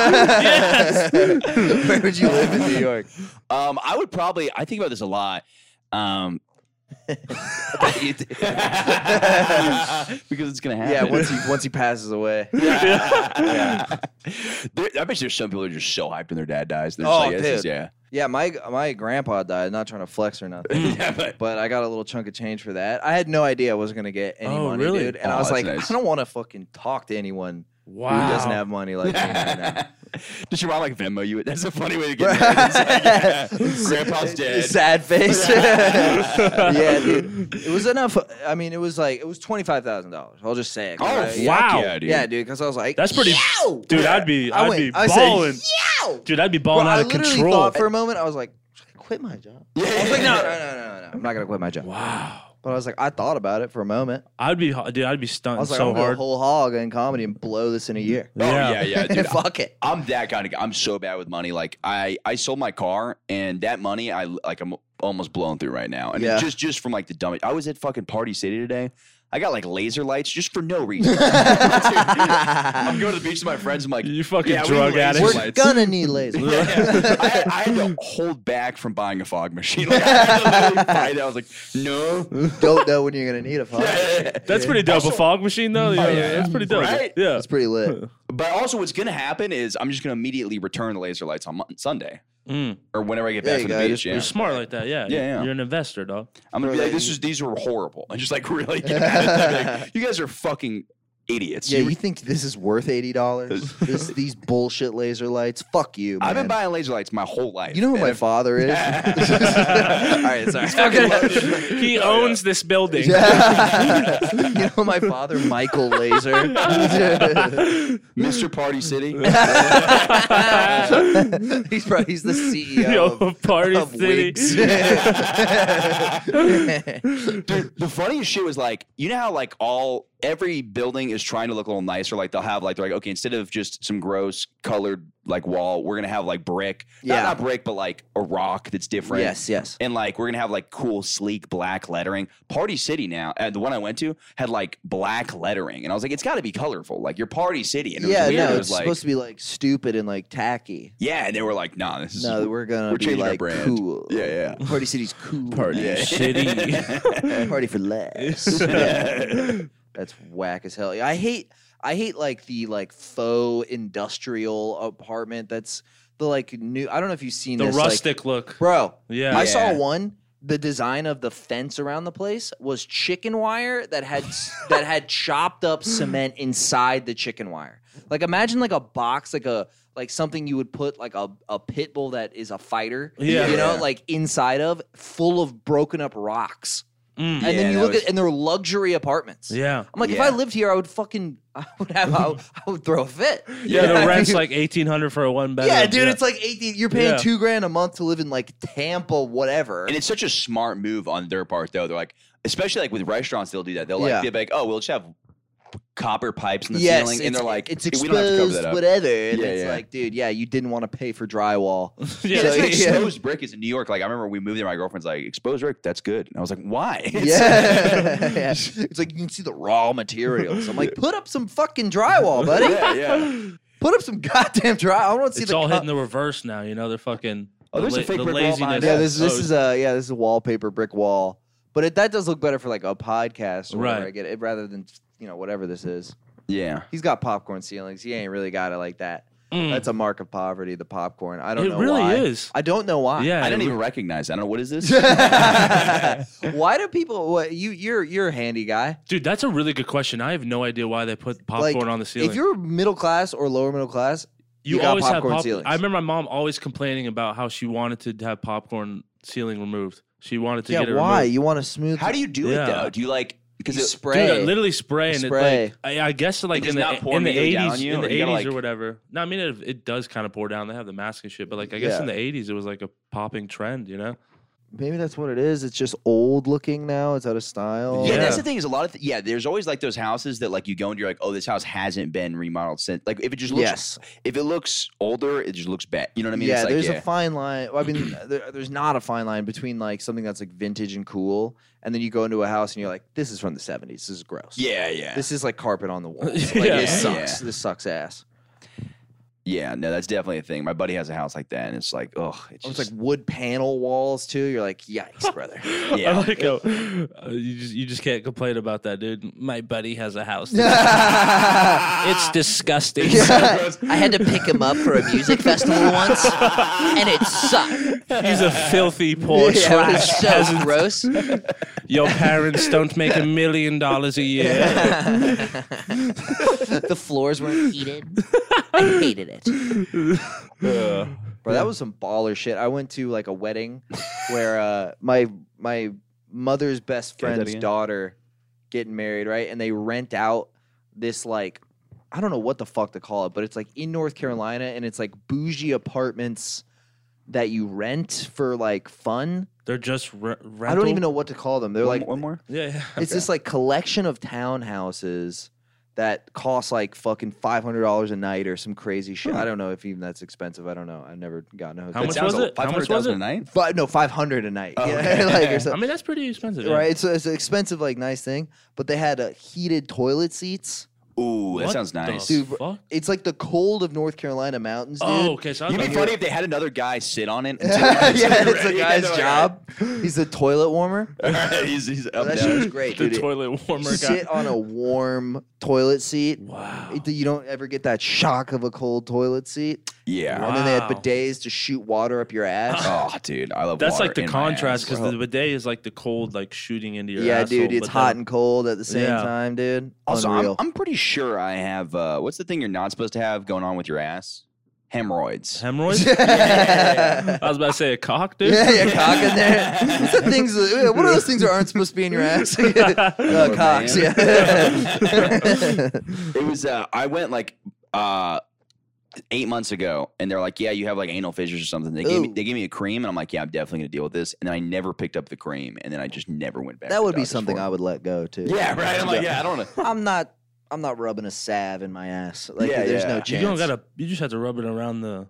live? Yes. where would you live in New York? Um, I would probably. I think about this a lot. Um, You do. because it's gonna happen. yeah, once he once he passes away. There- I bet there's some people who are just so hyped when their dad dies. They're just Oh, like, this is- dude. yeah. Yeah, my my grandpa died. Not trying to flex or nothing. Mm. yeah but but I got a little chunk of change for that. I had no idea I was gonna get any Oh, money, really? dude. And Oh, I was that's like, nice. I don't want to fucking talk to anyone Wow. who doesn't have money like me right now. Does your mom like Venmo you? That's a funny way to get married. It's like, yeah, Grandpa's dead. Sad face. yeah, dude. It was enough. I mean, it was like it was twenty five thousand dollars. I'll just say it. 'cause Oh, I- fuck Wow. yeah, dude. Yeah, dude. Because I was like, That's pretty. Yow! Dude, I'd be, I I'd went- be I said, balling. Yow! Dude, I'd be Bro, balling out I of literally control. thought for a moment I was like, Should I quit my job? I Oh, was like, no, no, no, no, no. I'm not gonna quit my job. wow. But I was like, I thought about it for a moment. I'd be, dude, I'd be I stunting was like, so I'm gonna go hard. whole hog in comedy and blow this in a year. Oh, yeah, yeah, dude. I- Fuck it. I'm that kind of guy. I'm so bad with money. Like I, I sold my car and that money I like I'm almost blown through right now. And Yeah. just just from like the dumb I was at fucking Party City today. I got like laser lights just for no reason. Dude, I'm going to the beach with my friends. I'm like, You fucking yeah, we drug need laser addict. lights. We're gonna need lasers. Yeah. I, had, I had to hold back from buying a fog machine. Like, I, had to literally buy that. I was like, no. Don't know when you're gonna need a fog. That's pretty dope. a fog machine, though. Yeah, yeah, that's pretty dope. Right? Yeah. Oh, That's pretty lit. But also, what's going to happen is I'm just going to immediately return the laser lights on Mon- Sunday Mm. or whenever I get There back you from go, the beach. just- Yeah. You're smart like that. Yeah. Yeah, yeah. You're an investor, dog. I'm going to be like, this is, these were horrible. And just like really get mad at them. Be like, you guys are fucking idiots. Yeah, You- you think this is worth eighty dollars? this these bullshit laser lights? Fuck you, man. I've been buying laser lights my whole life. You know who And my if- father is? All right, sorry. Oh, he owns this building. you know who my father, Michael Laser. Mr. Party City. he's probably he's the E CEO Yo, of, Party of City. Wigs. Dude, the funniest shit was like, you know how like all every building is trying to look a little nicer. Like they'll have like they're like, okay, instead of just some gross colored like wall, we're gonna have like brick. Not- Yeah. Not, brick, but like a rock that's different. yes, yes. And like we're gonna have like cool, sleek black lettering. Party City now, uh, the one I went to had like black lettering, and I was like, it's got to be colorful. Like your Party City, and it Yeah, was weird. no, it it's was like, supposed to be like stupid and like tacky. yeah, and they were like, nah, this is No, we're gonna we're be changing our like brand. cool. Yeah, yeah. Party City's cool. Yeah. Party for less. Yeah. That's whack as hell. I hate I hate like the like faux industrial apartment that's the like new I don't know if you've seen The this, like- rustic look. bro. Yeah. I saw Yeah. one. The design of the fence around the place was chicken wire that had s- that had chopped up cement inside the chicken wire. Like imagine like a box, like a like something you would put like a, a pit bull that is a fighter, Yeah. you know, Yeah. like inside of full of broken up rocks. Mm. And Yeah, then you that look was- at and they're luxury apartments. Yeah. I'm like, if I Yeah. lived here, I would fucking, I would have, I would, I would throw a fit. Yeah, I the rent's mean- like eighteen hundred for a one bedroom. yeah, dude, it's like 18, you're paying Yeah. two grand a month to live in like Tampa, whatever. And it's such a smart move on their part, though. They're like, especially like with restaurants, they'll do that. They'll like, Yeah. they'll be like, oh, we'll just have copper pipes in the yes, ceiling, and it's- they're like, it's "We exposed, don't have to cover that up." whatever. And Yeah, it's yeah. like, dude, yeah, you didn't want to pay for drywall. Yeah, So, that's what yeah. exposed brick is in New York. Like, I remember we moved there. My girlfriend's like, exposed brick, that's good. And I was like, why? It's like- yeah. it's like you can see the raw materials. I'm like, put up some fucking drywall, buddy. yeah, yeah. Put up some goddamn drywall. I want to see it's the all co- hitting the reverse now. You know, they're fucking. Oh, the there's a la- fake the brick wall behind laziness. Yeah, this this Oh, is a yeah, this is a wallpaper brick wall. But it, that does look better for like a podcast or whatever. Right. I get it rather than you know whatever this is. Yeah. He's got popcorn ceilings. He ain't really got it like that. Mm. That's a mark of poverty. The popcorn. I don't It know really why. is. I don't know why. Yeah, I it didn't re- even recognize. That. I don't know what is this. why do people? What you you're you're a handy guy. dude. That's a really good question. I have no idea why they put popcorn like, on the ceiling. If you're middle class or lower middle class, you got popcorn pop- ceilings. I remember my mom always complaining about how she wanted to have popcorn ceiling removed. She wanted to yeah. get it Why removed. you want a smooth? How do you do Yeah. it though? Do you like because you it, spray? Dude, I literally spray and Spray. it like I, I guess like does in the not pour in the immediately down on eighties you, in or the you eighties gotta, or like- whatever. No, I mean it, it does kind of pour down. They have the mask and shit, but like I guess Yeah. in the eighties it was like a popping trend, you know? maybe that's what it is. It's just old looking now. It's out of style. Yeah, that's Yeah. the thing is a lot of th- yeah. There's always like those houses that like you go and you're like, oh, this house hasn't been remodeled since. Like if it just looks Yes. if it looks older, it just looks bad. You know what I mean? yeah, it's like, there's yeah. a fine line. well, I mean, there, there's not a fine line between like something that's like vintage and cool, and then you go into a house and you're like, this is from the 70s. This is gross. yeah, yeah, This is like carpet on the walls. Like, Yeah. This sucks. Yeah. This sucks ass. yeah. No, that's definitely a thing. My buddy has a house like that, and it's like, oh, it's Oh, it's just like wood panel walls too. You're like, yikes, brother. Yeah. I like how uh, you just you just can't complain about that, dude. My buddy has a house. It's disgusting. I had to pick him up for a music festival once, and it sucked. He's a filthy poor Yeah. It trash. was so gross. Your parents don't make a million dollars a year. The floors weren't heated. I hated it. Bro, that was some baller shit. I went to like a wedding where uh, my my mother's best Can I do that friend's again? daughter getting married, right? And they rent out this like I don't know what the fuck to call it, but it's like in North Carolina and it's like bougie apartments that you rent for like fun. They're just re- I don't even know what to call them. They're one, like one more. Yeah, yeah. it's this like collection of townhouses that cost like fucking five hundred dollars a night or some crazy shit. Hmm. I don't know if even that's expensive. I don't know. I've never gotten a hotel. How much That was it? How Five hundred much was thousand a it? night. Five, no, five hundred a night. Oh, yeah, okay. like or I something. mean, that's pretty expensive, yeah. Right, so it's an expensive, like nice thing, but they had uh, heated toilet seats. Ooh, that What sounds the nice. Dude, fuck? It's like the cold of North Carolina mountains, dude. Oh, okay. So I was You'd be like, funny if they had another guy sit on it. Until yeah, it's a ready. guy's They're like, job. He's the toilet warmer. he's, he's up there. that shit was great, the dude. toilet You warmer guy. sit on a warm toilet seat. Wow. It- you don't ever get that shock of a cold toilet seat. Yeah. Wow. And then they had bidets to shoot water up your ass. Oh, dude, I love. That's water like the in my contrast ass. because the bidet is like the cold, like shooting into your yeah, asshole, dude, it's but hot then- and cold at the same Yeah. time, dude. Also, I'm, Unreal. I'm pretty sure I have. Uh, what's the thing you're not supposed to have going on with your ass? Hemorrhoids. hemorrhoids. yeah, I was about to say a cock, dude. yeah, your cock in there. What's the things? that- What are those things that aren't supposed to be in your ass? uh, Or cocks, man. yeah. It was. Uh, I went like uh, eight months ago, and they're like, "Yeah, you have like anal fissures or something." They gave me, Ooh. they gave me a cream, and I'm like, "Yeah, I'm definitely gonna deal with this." And then I never picked up the cream, and then I just never went back. that to would be doctors something for I it. would let go too. Yeah, right. I'm like, yeah, I don't know. I'm not. I'm not rubbing a salve in my ass. Like, Yeah, there's yeah. no You You chance. don't gotta. You just have to rub it around the.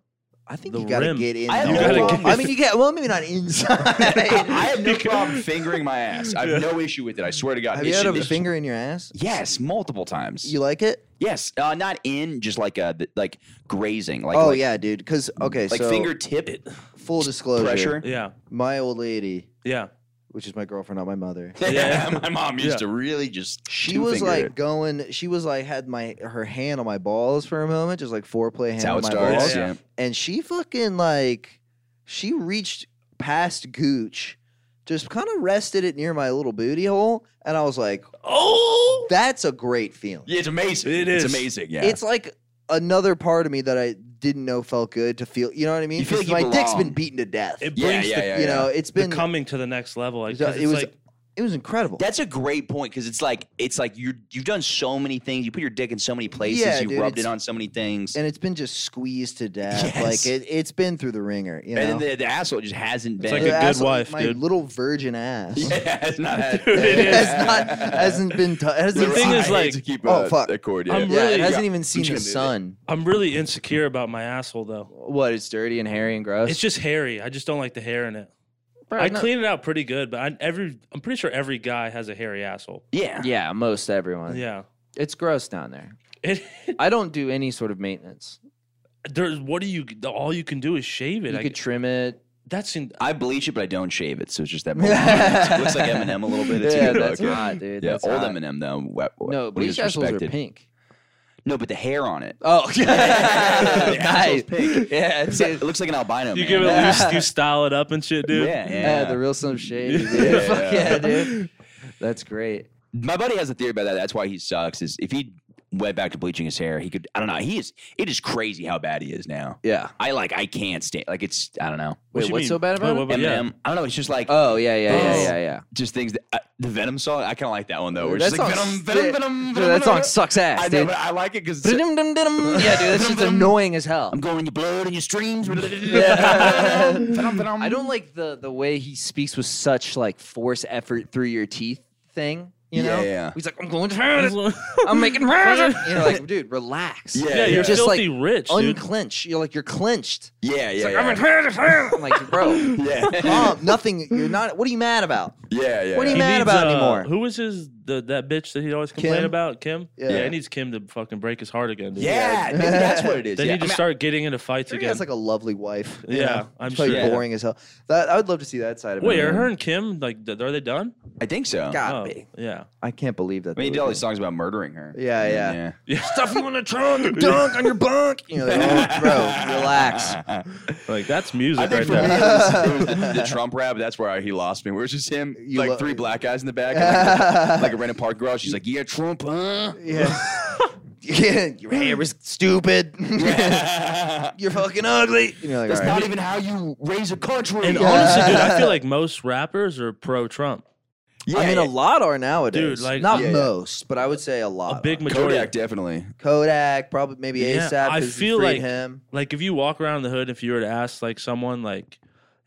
I think the you gotta rim. get in. I the have no hole. problem. I mean, you get. Well, maybe not I inside. have no problem fingering my ass. I have no issue with it. I swear to God. have It you had should- a it should- finger in your ass? Yes, multiple times. You like it? yes, uh, not in, just like uh, th- like grazing, like oh like, yeah, dude. Because okay, like so fingertip full disclosure, pressure. Yeah, my old lady, yeah. which is my girlfriend, not my mother. Yeah, Yeah. my mom used Yeah. to really just. She two was finger like it. going. She was like had my her hand on my balls for a moment, just like foreplay hand That's how on it my starts. balls, Yeah. and she fucking like she reached past gooch, just kind of rested it near my little booty hole, and I was like, Oh. "That's a great feeling." Yeah, it's amazing. It It's is. amazing. Yeah. It's like another part of me that I didn't know felt good to feel. You know what I mean? You feel 'Cause like you my dick's belong. been beaten to death. It yeah, brings yeah, the, yeah, you yeah. know, it's the been coming to the next level. Like, 'cause it it's was like, it was incredible. That's a great point because it's like it's like you you've done so many things. You put your dick in so many places. Yeah, you dude, rubbed it it's- on so many things. and it's been just squeezed to death. Yes. Like it, it's been through the ringer. You know, And then the, the asshole just hasn't It's been. like a The good ass- wife, my dude. little virgin ass. yeah, it's not. it is. has not hasn't been. T- hasn't The thing seen- is, like- to keep Oh, uh, fuck. the cord. I'm Yeah. yeah, it really- hasn't even seen just the gonna do it. sun. I'm really insecure about my asshole, though. What? It's dirty and hairy and gross. It's just hairy. I just don't like the hair in it. I clean it out pretty good, but I, every I'm pretty sure every guy has a hairy asshole. yeah. Yeah, most everyone. Yeah. it's gross down there. It, I don't do any sort of maintenance. there's what do you? All you can do is shave it. You I, could trim it. that's in, I bleach it, but I don't shave it, so it's just that. blonde. it looks like Eminem a little bit. It's yeah, good, that's okay. hot, dude. Yeah, that's old hot. Eminem though. wa- wa- No, when he bleach was assholes are respected. pink. No, but the hair on it. Oh, The asshole's nice. pink. Yeah, It's it's, like- it looks like an albino. you man. give it yeah. loose, you style it up and shit, dude. Yeah, yeah, the real Slim Shady. Dude. Yeah. Fuck yeah, dude. That's great. My buddy has a theory about that. That's why he sucks. Is if he went back to bleaching his hair. He could. I don't know. He is. It is crazy how bad he is now. Yeah. I like. I can't stand. Like it's. I don't know. What Wait, you what's mean? so bad about Wait, it? what- but yeah. Eminem. I don't know. It's just like. Oh yeah, yeah, yeah, Oh. yeah, yeah. just things that uh, the Venom song, I kind of like that one though. Where Dude, it's that just like song Venom, Venom, sti- Venom, Venom, Dude, that Venom. song sucks ass, I know, dude. but I like it because yeah, dude, that's just annoying as hell. I'm going in your blood and your streams. Yeah. Venom, Venom. I don't like the the way he speaks with such like force effort through your teeth thing. You know, Yeah, yeah. he's like, I'm going to, I'm making, you know, like, dude, relax. Yeah, yeah, you're yeah. just like filthy rich, dude. unclench. You're like you're clenched. Yeah, yeah, yeah. I'm like, bro, yeah, calm. Nothing. You're not. What are you mad about? yeah, yeah. What do you He mad needs, about uh, anymore. Who was his the, that bitch that he always complained Kim? about? Kim. Yeah. he needs Kim to fucking break his heart again. Dude. Yeah, maybe that's what it is. They yeah. need to I mean, start getting into fights She again. has like a lovely wife. you Yeah, know? I'm She's probably sure. boring as hell. That I would love to see that side of Wait, it. are her and Kim like th- are they done? I think so. Oh, God, be. yeah. I can't believe I that. mean, they he did would all do these songs about murdering her. Yeah, yeah. Stuff you in the trunk. dunk on your bunk. You know, like, oh, bro, relax. Like that's I music think right for me, it there. was, it was the, the Trump rap. That's where I, he lost me. Where it's just him, You like lo- three black guys in the back, and like, like a rented park garage. She's like, "Yeah, Trump, huh?" Yeah. yeah. Your hair is stupid. You're fucking ugly. You know, like, all right. even how you raise a country. And Yeah. honestly, dude, I feel like most rappers are pro Trump. yeah, I mean, a lot are nowadays. Dude, like- Not Yeah, yeah. most, but I would say a lot. A big are. majority. Kodak definitely. Kodak, probably maybe Yeah, ASAP. I 'cause he feel freed like- him. Like if you walk around the hood, if you were to ask like someone like,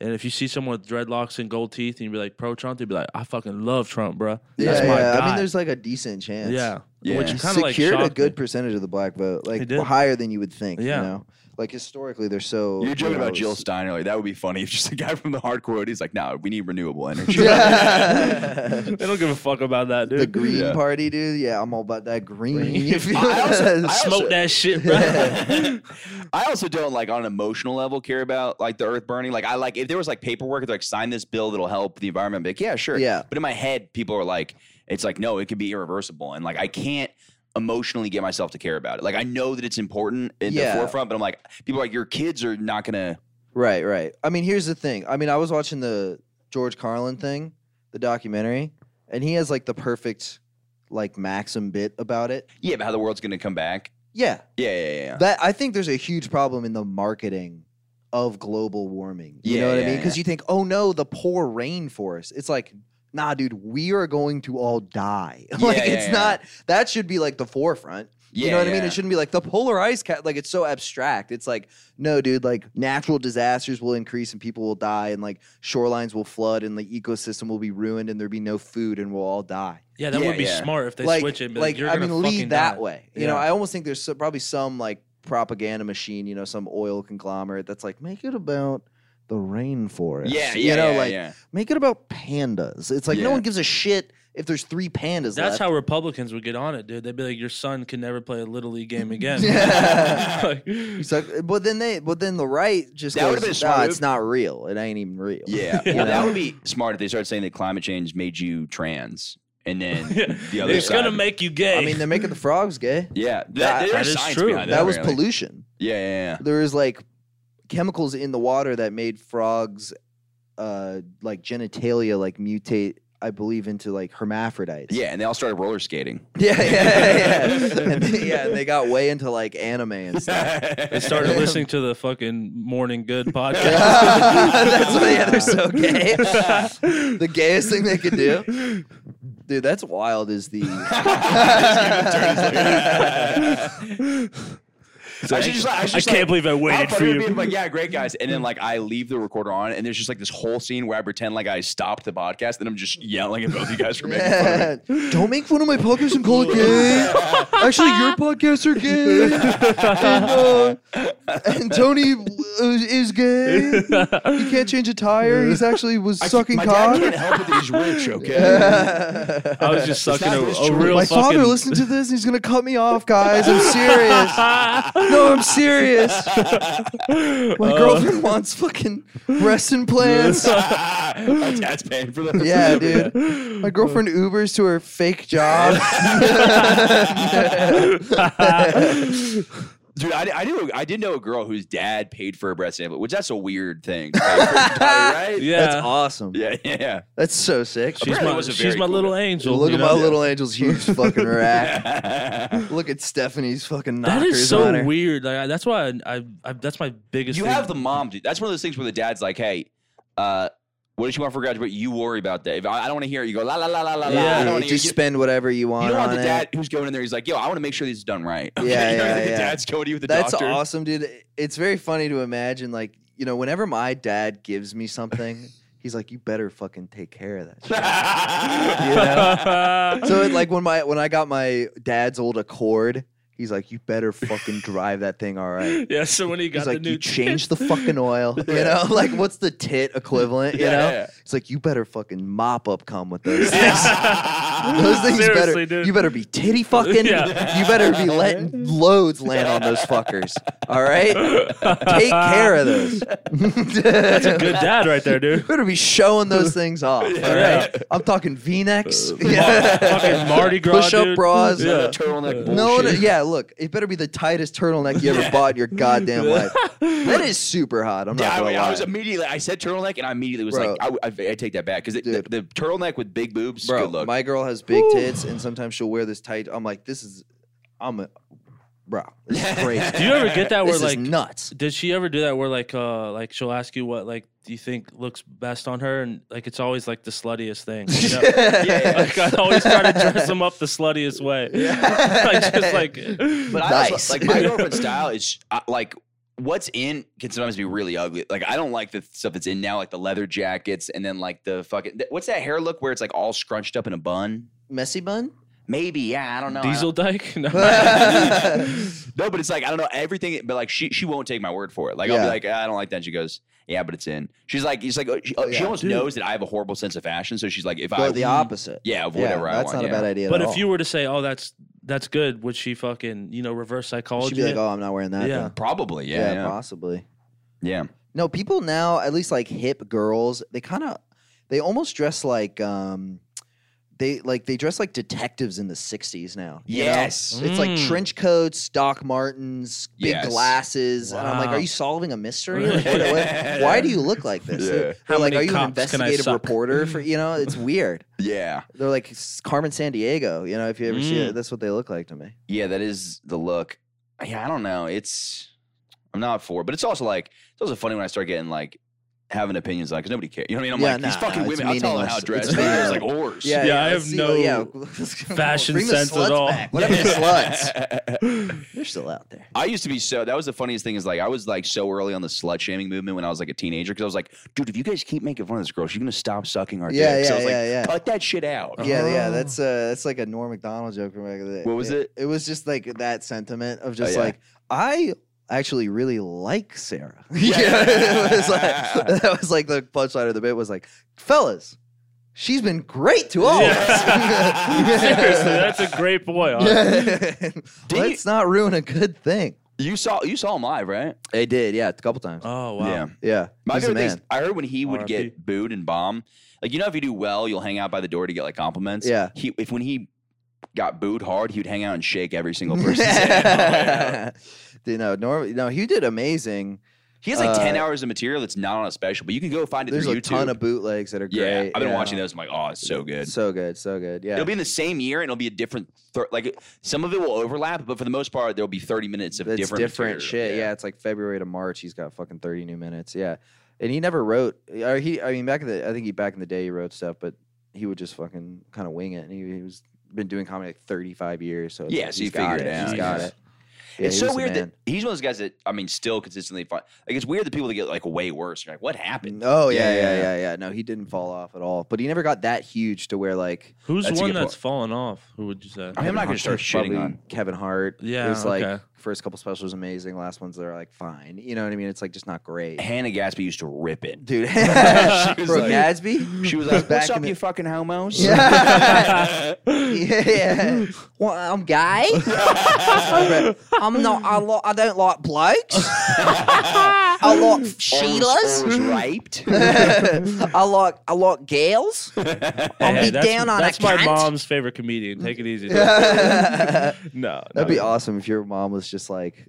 and if you see someone with dreadlocks and gold teeth, and you'd be like pro Trump, they'd be like, I fucking love Trump, bro. That's yeah, my yeah. guy. I mean, there's like a decent chance. yeah. Yeah. Which He kind of like secured a shocked good me. percentage of the black vote, He like did. higher than you would think. Yeah. You know, like historically, they're so. You're joking you know, about Jill s- Steiner. Like that would be funny if just a guy from the hardcore. He's like, "No, we need renewable energy." Yeah. They don't give a fuck about that, dude. the Green Yeah. Party, dude. Yeah, I'm all about that green. You feel I also- us? I Smoke also- that shit, bro. I also don't like on an emotional level care about like the earth burning. Like I like if there was like paperwork, it's like sign this bill that'll help the environment. I'd be like, yeah, sure. Yeah. But in my head, people are like, it's like no, it could be irreversible, and like I can't emotionally get myself to care about it. Like I know that it's important in Yeah. the forefront, but I'm like, people are like your kids are not gonna. Right, right. I mean, here's the thing. I mean, I was watching the George Carlin thing, the documentary, and he has like the perfect like maxim bit about it. Yeah, but how the world's gonna come back? Yeah. Yeah, yeah, yeah. That I think there's a huge problem in the marketing of global warming. You Yeah, know what yeah, I mean? Cuz you think, "Oh no, the poor rainforest." It's like Nah, dude, we are going to all die. like Yeah, yeah, it's yeah. not that should be like the forefront. yeah you know what I mean? yeah. It shouldn't be like the polar ice cap. Like it's so abstract. It's like no, dude. Like natural disasters will increase and people will die and like shorelines will flood and the ecosystem will be ruined and there'll be no food and we'll all die. Yeah, that Yeah, would be yeah. smart if they like, switch it. But like you're I gonna mean, fucking lead that die. way. You know, Yeah. I almost think there's so, probably some like propaganda machine. You know, some oil conglomerate that's like make it about the rainforest. Yeah, yeah, you know, yeah, like yeah. make it about pandas. It's like Yeah. no one gives a shit if there's three pandas. That's left. how Republicans would get on it, dude. They'd be like, "Your son can never play a little league game again." Yeah. Like, He's like, eh, but then they, but then the right just That would've goes, been a smart "Nah, move." it's not real. It ain't even real. Yeah, You well, that know? would be smart if they started saying that climate change made you trans, and then Yeah. the other it's gonna side- make you gay. I mean, they're making the frogs gay. Yeah, That- there that is is science true. behind That was apparently. pollution. Yeah, yeah, yeah. There was like chemicals in the water that made frogs, uh, like genitalia, like mutate. I believe into like hermaphrodites. Yeah, and they all started roller skating. yeah, yeah, yeah. and they, yeah, and they got way into like anime and stuff. they started listening to the fucking Morning Good That's why yeah, podcast. they're so gay. the gayest thing they could do, dude. That's wild. Is the I should just, I, should I just, can't like, believe I how funny waited for would it be if, you. like, yeah, great guys. And then like I leave the recorder on, and there's just like this whole scene where I pretend like I stopped the podcast, and I'm just yelling at both you guys for making fun of me. Don't make fun of my podcast and call it gay. Actually, your podcasts are gay. and, uh, and Tony uh, is gay. He can't change a tire. He's actually was sucking My dad cock. can't help it that he's rich, okay? my I was just sucking a, his a real fucking. father listened to this. He's gonna cut me off, guys. I'm serious. No, I'm serious. My girlfriend wants fucking breast implants. My dad's paying for that. Yeah, dude. My girlfriend Ubers to her fake job. Dude, I, I knew I did know a girl whose dad paid for a breast implant, which that's a weird thing, to pay for your daughter, right? That's Yeah. awesome. Yeah, yeah, yeah. That's so sick. She's Apparently it my, was a she's very my cool little guy. angel. Look you at my know? little angel's huge fucking rack. Yeah. Look at Stephanie's fucking That knockers is on her. so weird. Like, I- that's why I, I, I that's my biggest. you thing. have the mom, dude. That's one of those things where the dad's like, "Hey, uh, what did you want for graduate? You worry about that. If I, I don't want to hear it, you go la la la la la la. Yeah, I Yeah, don't wanna hear- just spend whatever you you want don't want on the it. dad who's going in there. He's like, "Yo, I want to make sure this is done right." Yeah, you know, yeah, the yeah. dad's going to you with the That's doctor. awesome, dude. It's very funny to imagine, like, you know, whenever my dad gives me something, he's like, you better fucking take care of that. shit," you know? So it, like when my when I got my dad's old Accord, he's like, you better fucking drive that thing all right. yeah. So when he got He's the like, new you change the fucking oil, you know? Like, what's the tit equivalent, you Yeah, know? yeah. It's like, you better fucking mop up come with those things. Those things Seriously, better. dude. You better be titty fucking. Yeah. You better be letting loads land on those fuckers. All right, take care of those. That's a good dad right there, You dude. better be showing those things off. All right, Yeah. I'm talking V-necks. Mar- yeah. fucking Mardi Gras, Push-up dude. bras. Yeah. Turtleneck No, no, bullshit. yeah. Look, it better be the tightest turtleneck you ever bought in your goddamn life. That is super hot. I'm not Yeah, I, gonna I lie. was immediately. I said turtleneck, and I immediately was Bro. like, I, I, I take that back because the, Dude. the turtleneck with big boobs, Bro, good look. my girl has big tits, and sometimes she'll wear this tight. I'm like, this is, I'm a, bro, this is crazy. Do you ever get that where this like? is nuts. Did she ever do that where like uh like she'll ask you what like do you think looks best on her and like it's always like the sluttiest thing. you know? Like I always try to dress them up the sluttiest way. like just like But I Nice. also, like my girlfriend's style is I, like what's in can sometimes be really ugly. Like I don't like the stuff that's in now, like the leather jackets and then like the fucking th- what's that hair look where it's like all scrunched up in a bun? Messy bun? Maybe, yeah, I don't know. I Diesel Dyke. No. don't- no, but it's like I don't know everything. But like she she won't take my word for it. Like I'll Yeah. be like I don't like that. And she goes. Yeah, but it's in. She's like, she's like, oh, she, oh, she Yeah, almost knows that I have a horrible sense of fashion, so she's like, if I Go the opposite. yeah, of Yeah, whatever I that's want, not yeah. a bad idea. at But if all. you were to say, "Oh, that's that's good," would she fucking you know reverse she'd psychology? be like, it? oh, I'm not wearing that. Yeah. then." probably, yeah, yeah, possibly. yeah. No, people now, at least like hip girls, they kind of, they almost dress like, um, they like they dress like detectives in the '60s now. you know? Yes. it's like Mm. trench coats, Doc Martens, big Yes. glasses, and I'm like, Wow. are you solving a mystery? Like, what- what- why do you look like this? Yeah. They're How like, many are you an cops can I investigative suck?" reporter? For you know, it's weird. yeah. They're like "S- Carmen San Diego. You know, if you ever see Mm. it, that's what they look like to me. Yeah, that is the look. Yeah, I don't know. It's I'm not for, it. but it's also like it's also funny when I start getting like having opinions like because nobody cares. You know what I mean? I'm Yeah, like these nah, fucking nah, it's women. I'll tell them how meaningless. dressed It's they are. It's like meaningless. oars. I let's have no fashion Bring the sense at sluts all. Back. What happened to sluts? sluts. They're still out there. I used to be so. That was the funniest thing is like I was like so early on the slut shaming movement when I was like a teenager because I was like, dude, if you guys keep making fun of this girl, she's gonna stop sucking our Yeah, dick. so I was yeah, like, yeah, yeah. Uh-huh. cut that shit out. Yeah, yeah, that's uh, that's like a Norm Macdonald joke from back in the day. What was it? Oh, It was just like that sentiment of just yeah. like I actually really like Sarah. Yeah. it was like, that was like the punchline of the bit was like, fellas, she's been great to all of Yeah. us. Seriously, that's a great boy. huh? Did you- Let's not ruin a good thing. You saw you saw him live, right? They did, yeah, a couple times. Oh wow. Yeah. Um, yeah, My he's the favorite thing is, man. I heard when he would R.I.P.. get booed and bombed, like you know, if you do well, you'll hang out by the door to get like compliments. Yeah. He if when he got booed hard, he would hang out and shake every single person's hand. Dude, no, Norm, no, he did amazing. He has like ten Uh, hours of material that's not on a special, but you can go find it There's through a YouTube. ton of bootlegs that are yeah, great. I've been yeah. watching those. I'm like, oh, it's so good. So good, so good. Yeah. It'll be in the same year, and it'll be a different. Th- like some of it will overlap, but for the most part, there'll be thirty minutes of That's different, material. shit. Yeah. it's like February to March. He's got fucking thirty new minutes. Yeah, and he never wrote. Or he, I mean, back in the, I think he back in the day he wrote stuff, but he would just fucking kind of wing it. And he, he was been doing comedy like thirty five years. So it's Yeah, like, so you he's got figure it He's out, got yeah. it. Yeah, it's he so was the weird that man. he's one of those guys that I mean, still consistently. Find, like it's weird the people that get like way worse. You're like, what happened? Oh yeah, Yeah, yeah, yeah, yeah, yeah, No, he didn't fall off at all. But he never got that huge to where like Who's That's a one good that's fallen off? Who would you say? I mean, I'm not gonna start probably shitting on. Kevin Hart. Yeah, it was like okay. first couple specials amazing. Last ones they're like fine. You know what I mean? It's like just not great. Hannah Gatsby used to rip it. Dude, was bro, like- Gadsby. She was Back like, "What's in up, the- you fucking homos?" Yeah. yeah. Well, I'm gay. I'm not. I, lo- I don't like blokes. I like Sheilas. was raped. I like. I like girls. I'll Hey, be that's, down on a That's my cunt. mom's favorite comedian. Take it easy. no, That'd be no. awesome if your mom was just like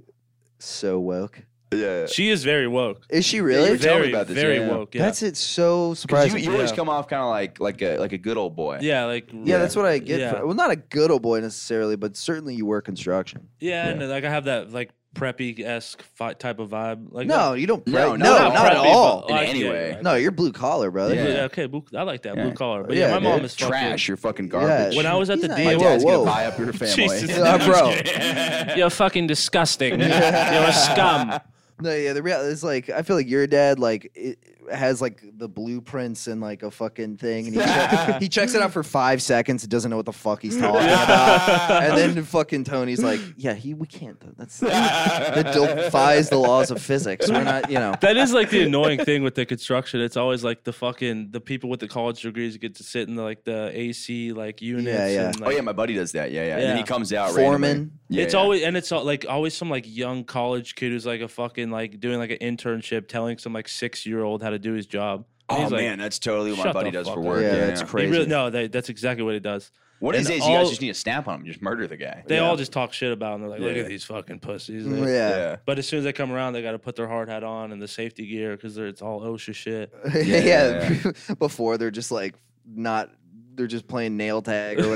So woke. Yeah. She is very woke. Is she you really? were telling me Very, about this, very yeah. woke. Yeah. That's it. So Because surprising. you, you always yeah. come off kind of like like a like a good old boy. yeah, like Yeah, that's what I get. Yeah. fr- well, not a good old boy necessarily, but certainly you were construction. Yeah, and like I have that like preppy esque fi- type of vibe. Like no, you don't. Pre- No, no, no, not, not at preppy, all. In Like, any yeah, way. like- No, you're blue collar, brother. Blue- Yeah. okay, blue, I like that Yeah. blue collar. But yeah, Yeah, my mom dude. is fucking- Trash. You're fucking garbage. When I was at the My He's like- DMV, Whoa, dad's whoa. gonna buy up your family. Jesus. Uh, bro. You're fucking disgusting. You're a scum. No, yeah, the reality is like I feel like your dad like it has like the blueprints and like a fucking thing, and he, che- he checks it out for five seconds. It doesn't know what the fuck he's talking about, and then fucking Tony's like, "Yeah, he we can't. That's that defies the laws of physics. We're not, you know." that is like the annoying thing with the construction. It's always like the fucking the people with the college degrees get to sit in the, like the AC like units. yeah. And, Oh like, yeah, my buddy does that. Yeah, yeah. And then Yeah. he comes out. Foreman. randomly. Yeah, it's yeah. always and it's all, like always some like young college kid who's like a fucking like doing like an internship, telling some like six year old how to do his job. And Oh he's, like, man, that's totally what my "Shut buddy the does fuck for up." work. Yeah, that's he crazy. really, no, they, that's exactly what it does. What it And is is you guys all- just need to snap on him, just murder the guy. They Yeah. all just talk shit about him. They're like, look Yeah. at these fucking pussies. yeah. Like, But as soon as they come around, they got to put their hard hat on and the safety gear because it's all OSHA shit. yeah, yeah, Before they're just like not, they're just playing nail tag or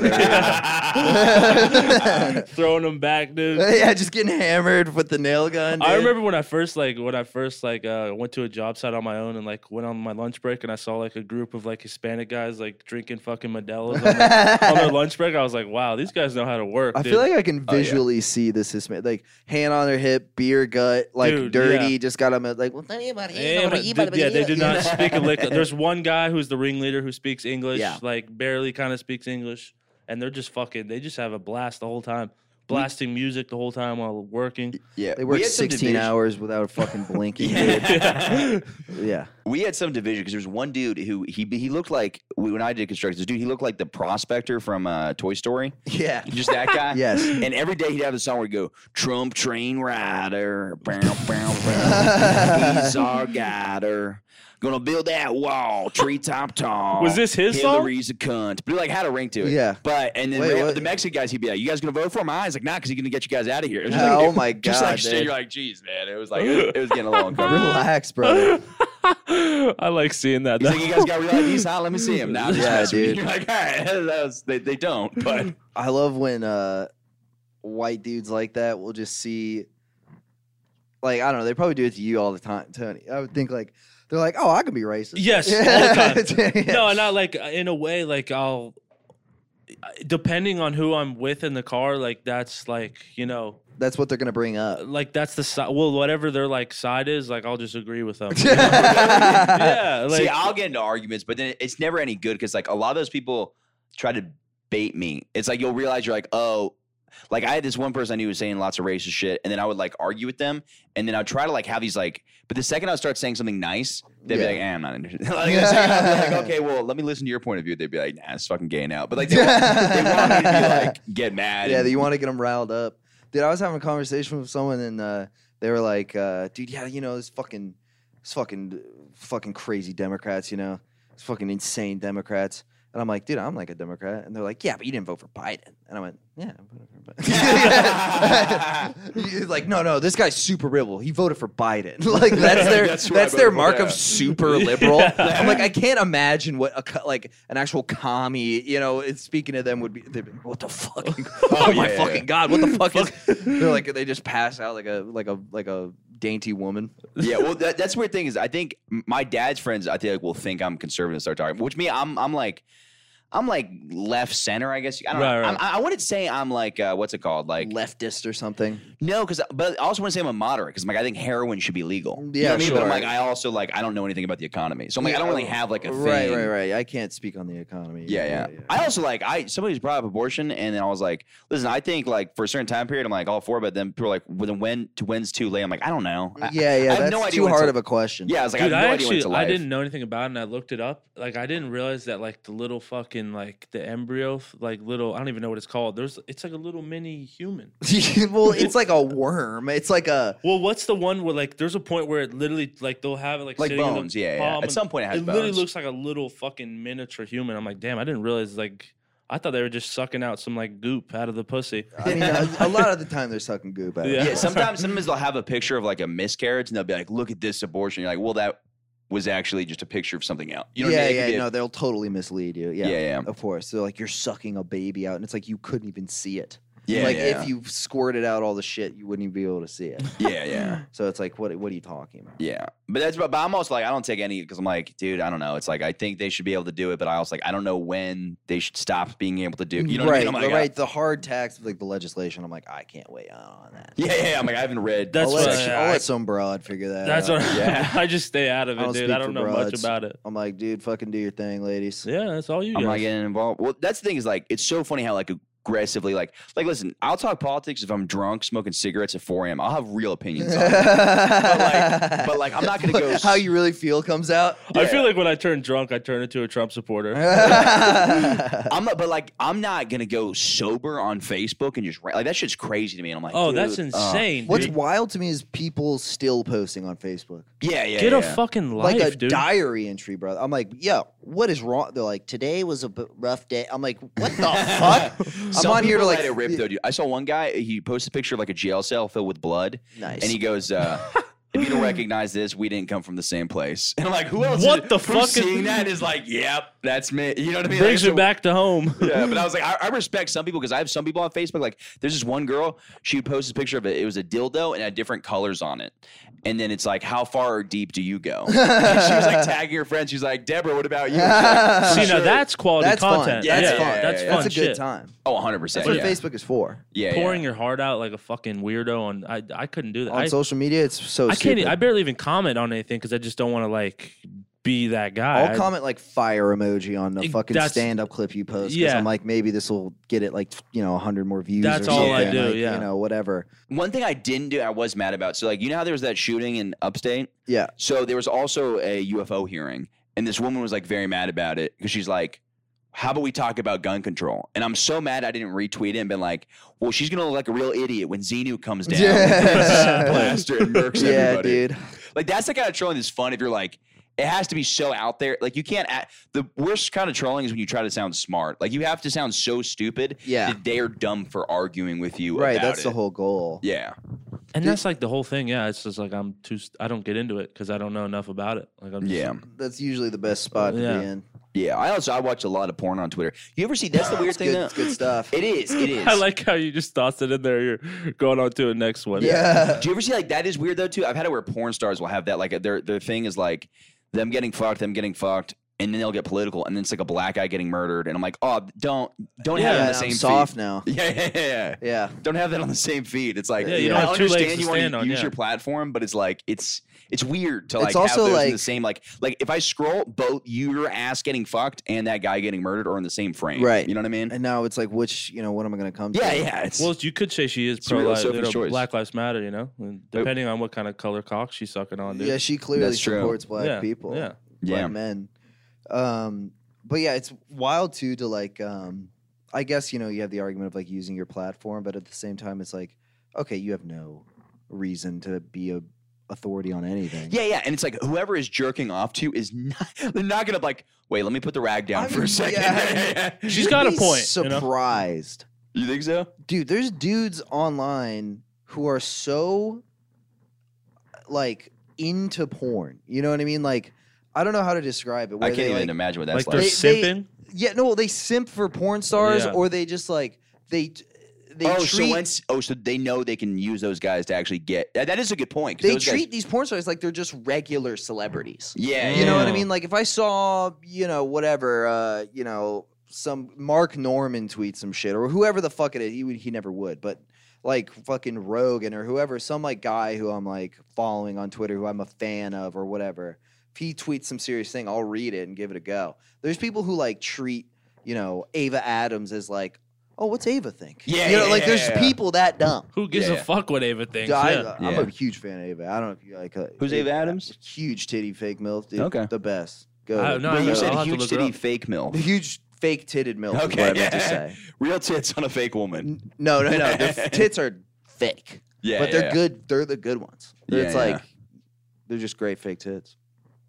whatever. Throwing them back, dude. yeah, just getting hammered with the nail gun. I dude. remember when I first like when I first like uh, went to a job site on my own and like went on my lunch break and I saw like a group of like Hispanic guys like drinking fucking Modelo's on, their- on their lunch break. I was like, wow, these guys know how to work. I dude. feel like I can Oh, yeah. visually see this Hispanic, like hand on their hip, beer gut, like Dude, dirty, yeah. just got him at, like, well, tell you about it, Eh, you know, but you did- better yeah, be they here, did you not know. speak a lick. There's one guy who's the ringleader who speaks English, Yeah. like barely kind of speaks English, and they're just fucking. They just have a blast the whole time, blasting music the whole time while working. yeah. They We worked had some 16 division- hours without fucking blinking. Yeah. dude. yeah. We had some division because there was one dude who he he looked like when I did construction. This dude he looked like the prospector from uh, Toy Story. Yeah. Just that guy. Yes. And every day he'd have the song where he'd go, Trump train rider. Bow, bow, bow. He's our guider. Gonna build that wall, treetop tall. Was this his song? Hillary's a cunt. But he like had a ring to it. Yeah. But and then Wait, the- what? the Mexican guys, he'd be like, You guys gonna vote for him? I was like, nah, because he's gonna get you guys out of here. It was just like, Oh my God. just like shit, dude. you're like, geez, man. It was like it was getting a little uncomfortable. Relax, brother. I like seeing that. He's like, you guys got real IDs, huh? Let me see him. Now, Yeah, dude. You're like, all right, that was, they, they don't, but I love when uh, white dudes like that will just see, like, I don't know, they probably do it to you all the time, Tony. I would think, like, they're like, oh, I can be racist. Yes, all the Yeah. No, not like in a way like I'll depending on who I'm with in the car, like that's like, you know, That's what they're going to bring up. like that's the side well, whatever their like side is, like I'll just agree with them. you know? yeah. Like see, I'll get into arguments, but then it's never any good because like a lot of those people try to bait me. It's like you'll realize you're like, oh, like I had this one person I knew was saying lots of racist shit, and then I would like argue with them, and then I'd try to like have these like, but the second I would start saying something nice, they'd Yeah. be like, eh, I'm not interested. like, the second I'd be like, okay, well, let me listen to your point of view. They'd be like, nah, it's fucking gay now. But like, they, want- they want me to be like, get mad. Yeah, and- that you want to get them riled up. Dude, I was having a conversation with someone and uh, they were like, uh, dude, yeah, you know, this fucking, this fucking, fucking crazy Democrats, you know, it's fucking insane Democrats. And I'm like, dude, I'm like a Democrat. And they're like, yeah, but you didn't vote for Biden. And I went, yeah, I voted for Biden. He's like, no, no, this guy's super liberal. He voted for Biden. like that's their that's, That's who I their voted for, mark yeah. of super liberal. I'm like, I can't imagine what a co- like an actual commie, you know, is speaking to them would be. They'd be like, what the fuck? Oh, my yeah, yeah. fucking god, what the fuck is? They're like, they just pass out like a like a like a dainty woman. yeah, well, that, that's the weird thing is I think m- my dad's friends I think will think I'm conservative and start talking, which me I'm I'm like I'm like left center, I guess. I don't Right, know. right. I'm- I, I wouldn't say I'm like uh, what's it called, like leftist or something. no, because but I also wouldn't say I'm a moderate because like I think heroin should be legal. Yeah, you know what I mean? But I'm sure. like I also like I don't know anything about the economy, so I'm like I don't really have like a thing. Right, right, right. I can't speak on the economy. Yeah, yeah. I also like I somebody's brought up abortion, and then I was like, listen, I think like for a certain time period, I'm like all for, it, but then people are like, well, then when to when's too late? I'm like, I don't know. I- yeah, yeah. I have that's no idea too when hard to- of a question. yeah, I was like, Dude, I I, have no idea when actually to I life. didn't know anything about it and I looked it up. Like I didn't realize that like the little fucking like the embryo like little I don't even know what it's called. There's it's like a little mini human. well, it's like a worm. It's like a Well, what's the one where like there's a point where it literally like they'll have it like like sitting in the bones. Yeah, yeah. palm At and- some point, it has it bones. literally looks like a little fucking miniature human. I'm like, damn, I didn't realize like I thought they were just sucking out some like goop out of the pussy. I mean, a, a lot of the time they're sucking goop out. of it. Yeah. Yeah, sometimes sometimes they'll have a picture of like a miscarriage and they'll be like, "Look at this abortion." You're like, "Well, that was actually just a picture of something else." You know yeah, what I mean? It yeah, could be a- no, they'll totally mislead you. Yeah, Yeah, yeah. of course. They're like, you're sucking a baby out, and it's like you couldn't even see it. yeah, like yeah, if you squirted out all the shit, you wouldn't even be able to see it. yeah, yeah, so it's like, what? What are you talking about? yeah. But that's but I'm also like, I don't take any because I'm like, dude, I don't know. It's like I think they should be able to do it, but I also like I don't know when they should stop being able to do. You know right, what I mean? I'm the- like, uh, I- right. The hard tax, like the legislation. I'm like, I can't wait on that. Yeah, yeah, yeah. I'm like, I haven't read. That's I'll, what let, I- I'll let some broad figure that. That's out. what yeah. I just stay out of I it, don't dude. speak I for don't know much broads. about it. I'm like, dude, fucking do your thing, ladies. Yeah, that's all you I'm guys. not getting involved. Well, that's the thing is like, it's so funny how like aggressively like like listen, I'll talk politics if I'm drunk, smoking cigarettes at 4 a.m. I'll have real opinions. on it. like- but like, I'm not gonna go s- How you really feel comes out. I feel like when I turn drunk, I turn into a Trump supporter. I'm not, but like, I'm not gonna go sober on Facebook and just ra- like that shit's crazy to me. And I'm like, Oh, that's dude, uh, insane. What's dude. wild to me is people still posting on Facebook. yeah, yeah. Get yeah. a fucking life, Like a dude. diary entry, brother. I'm like, yo, what is wrong? They're like, today was a b- rough day. I'm like, what the fuck? I'm Some on here to people like let it rip though, dude. I saw one guy. He posted a picture of like a jail cell filled with blood, Nice. and he goes, uh, "If you don't recognize this, we didn't come from the same place." And I'm like, "Who else? What is, the who's fuck is- Seeing that is like, yep, that's me. You know what I mean? Brings Like, me so- back to home. yeah, but I was like, I, I respect some people because I have some people on Facebook. Like, there's this one girl, she would post a picture of it. It was a dildo and had different colors on it. And then it's like, how far or deep do you go? And she was like tagging her friends. She's like, Deborah, what about you? She's like, See, now "Sure." that's quality That's fun. content. That's yeah, fun. That's Yeah, fun. That's a shit. good time. oh, 100%. That's yeah. what Facebook is for. yeah, yeah. Pouring your heart out like a fucking weirdo on. I I couldn't do that. On I, social media, it's so I can't. stupid. e- I barely even comment on anything because I just don't want to like be that guy. I'll I- comment like fire emoji on the Ex- fucking that's- stand up clip you post. because Yeah. I'm like, maybe this will get it like, you know, 100 more views. That's or all I something, do, like, yeah. You know, whatever. One thing I didn't do, I was mad about. So, like, you know how there was that shooting in upstate? Yeah. So there was also a UFO hearing, and this woman was like very mad about it because she's like, "How about we talk about gun control?" And I'm so mad I didn't retweet it and been like, "Well, she's gonna look like a real idiot when Xenu comes down, Yeah. and plaster and murks yeah, everybody." dude. Like that's the kind of trolling that's fun if you're like. It has to be so out there. Like you can't. Act, the worst kind of trolling is when you try to sound smart. Like you have to sound so stupid Yeah. that they're dumb for arguing with you. Right. about That's the it. whole goal. Yeah. and that's like the whole thing. Yeah, it's just like I'm too. st- I don't get into it because I don't know enough about it. Like I'm just, Yeah. That's usually the best spot to Yeah. be in. Yeah. I also I watch a lot of porn on Twitter. You ever see? That's the weird It's thing. good, though. it's good stuff. It is. It is. I like how you just tossed it in there. You're going on to the next one. yeah. Do you ever see like that is weird though too? I've had it where porn stars will have that like their their thing is like them getting fucked, them getting fucked, and then they'll get political, and then it's like a black guy getting murdered, and I'm like, oh, don't don't have Yeah, it on and the same I'm soft feed. now. Yeah, yeah, yeah, yeah. Yeah. Don't have that on the same feed. It's like Yeah, you I don't have two legs understand to you want stand to on, use yeah. your platform, but it's like it's it's weird to It's like have also, those in like- the same like like if I scroll, both your ass getting fucked and that guy getting murdered are in the same frame. Right. You know what I mean? And now it's like, which, you know, what am I going to come yeah, to? yeah. It's Well, you could say she is It's really pro life. Sophie's You know, choice. Black Lives Matter. You know, and depending on what kind of color cock she's sucking on, dude. Yeah, she clearly That's true. supports black Yeah, people. yeah. Black Yeah. men. Um, but yeah, it's wild too to like um I guess, you know, you have the argument of like using your platform, but at the same time it's like, okay, you have no reason to be a authority on anything. Yeah, yeah, and it's like whoever is jerking off to is not they're not gonna like wait. Let me put the rag down I for mean, a second. yeah. She's You'd got a be point, you know? Surprised. you think so? dude there's dudes online who are so like into porn you know what i mean like i don't know how to describe it I where can't they, even like- imagine what like that's they're like. They- simping. yeah no they simp for porn stars Yeah. or they just like they they oh, so treat once oh, so they know they can use those guys to actually get. That, that is a good point. 'cause they those guys- treat these porn stars like they're just regular celebrities yeah, You know what Mm. I Yeah. mean? Like if I saw, you know, whatever, uh, you know, some Mark Norman tweet some shit or whoever the fuck it is, he would he never would, but like fucking Rogan or whoever, some like guy who I'm like following on Twitter who I'm a fan of or whatever. If he tweets some serious thing, I'll read it and give it a go. There's people who like treat, you know, Ava Adams as like, oh, what's Ava think? Yeah, you know, yeah, like yeah, there's yeah, yeah. people that dumb. Who gives Yeah. a fuck what Ava thinks? I, yeah. I'm Yeah. a huge fan of Ava. I don't know if you like. uh, Who's Ava Adams? Huge titty fake milf, dude. Okay. the best. Go. I- no, But I you know. said I'll have to huge look her titty up. fake milf. The huge fake titted milk. Okay, is what I meant to yeah. say. Real tits on a fake woman. N- No, no, no. The f- tits are fake, Yeah, but they're yeah. good. They're the good ones. Yeah, it's yeah. like they're just great fake tits.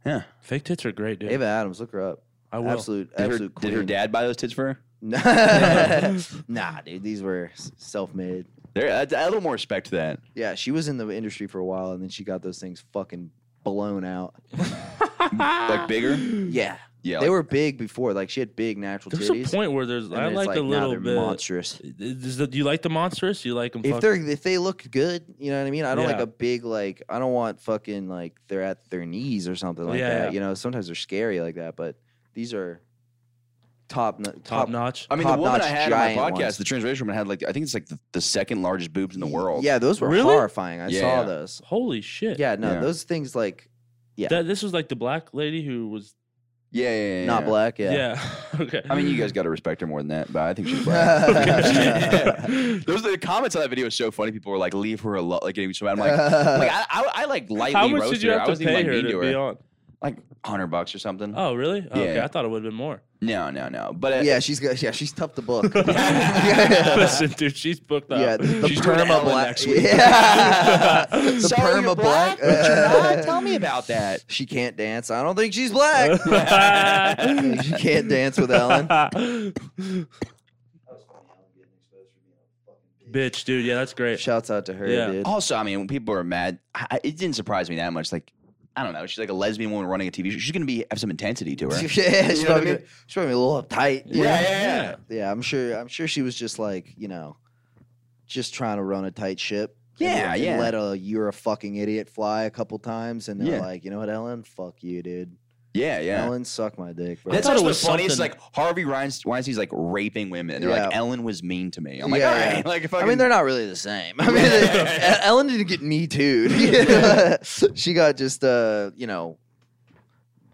Yeah. Fake tits are great, dude. Ava Adams, look her up. I will. Absolute, Did her, absolute. did her queen. dad buy those tits for her? nah, dude, these were s- self-made. There, a, a little more respect to that. Yeah, she was in the industry for a while, and then she got those things fucking blown out. Like bigger. Yeah, Yeah, Ah. they like- were big before. Like she had big natural There's titties. a point where there's. and I then it's like, a now little they're bit. monstrous. Is the, do you like the monstrous? You like them? If they're if they look good, you know what I mean. I don't like Yeah. a big like. I don't want fucking like they're at their knees or something like Yeah, that. yeah. You know, sometimes they're scary like that, but these are top no- top top notch. I mean, the woman I top-notch had on my giant podcast, ones. the transracial woman, had like I think it's like the, the second largest boobs in the world. Yeah, those were Really? horrifying. I Yeah, saw yeah. those. Holy shit. Yeah, no, Yeah. those things like yeah, That, this was like the black lady who was. yeah, yeah, yeah, not yeah. black. Yeah, Yeah. okay. I mean, you guys got to respect her more than that, but I think she's black. Okay. Those the comments on that video was so funny. People were like, "Leave her alone." Like getting so mad. I'm like, like I, I, I like lightly How much roast did you her. have I to wasn't pay even her like mean to to be her. on? Like hundred bucks or something. Oh, really? Yeah. Okay, I thought it would have been more. No, no, no. But uh, yeah, she's got yeah, she's tough to book. Listen, dude, she's booked up. Yeah, the, the She's doing perma Ellen black. next week. Yeah. the Sorry, perma you're black. uh, but you're not. Tell me about that. She can't dance. I don't think she's black. Yeah. she can't dance with Ellen. Bitch, dude, yeah, that's great. Shouts out to her, Yeah. dude. Also, I mean, when people are mad, I, I- it didn't surprise me that much. Like, I don't know. She's like a lesbian woman running a TV show. She's gonna be have some intensity to her. yeah, yeah, know what she's, I probably, mean? gonna- she's probably a little uptight. you know? yeah, Yeah. yeah. Yeah, I'm sure. I'm sure she was just like you know, just trying to run a tight ship. and Yeah, let- and yeah. Let a you're a fucking idiot fly a couple times, and they're Yeah. like, you know what, Ellen, fuck you, dude. Yeah, yeah. Ellen, suck my dick. Bro. That's thought it actually was the funniest. something- Like Harvey Weinst- Weinstein's like raping women, and they're like, Yeah. "Ellen was mean to me." I'm like, Yeah, "All right." yeah. Like, I fucking, mean, they're not really the same. I mean, they- Ellen didn't get me too. she got just, uh, you know,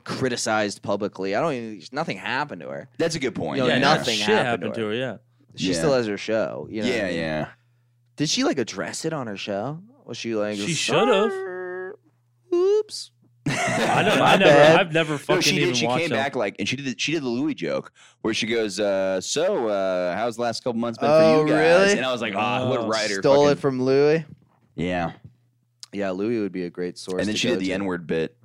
criticized publicly. I don't even, nothing happened to her. That's a good point. You know, yeah, nothing shit happened happened to to her. Yeah, She Yeah. still has her show. You know what I yeah, mean? yeah. Did she like address it on her show? Was she like, She should've. "Sorry, Oops. I, don't, My I bad. never, I've never fucking No, she even did. She watched came them. back like, and she did. The, she did the Louis joke where she goes, uh, "So, uh, how's the last couple months been Oh, for you guys?" really? And I was like, "Ah, what Oh, writer Stole it fucking- from Louis. Yeah. Yeah, Louis would be a great source. And then to she go did the to. N word bit.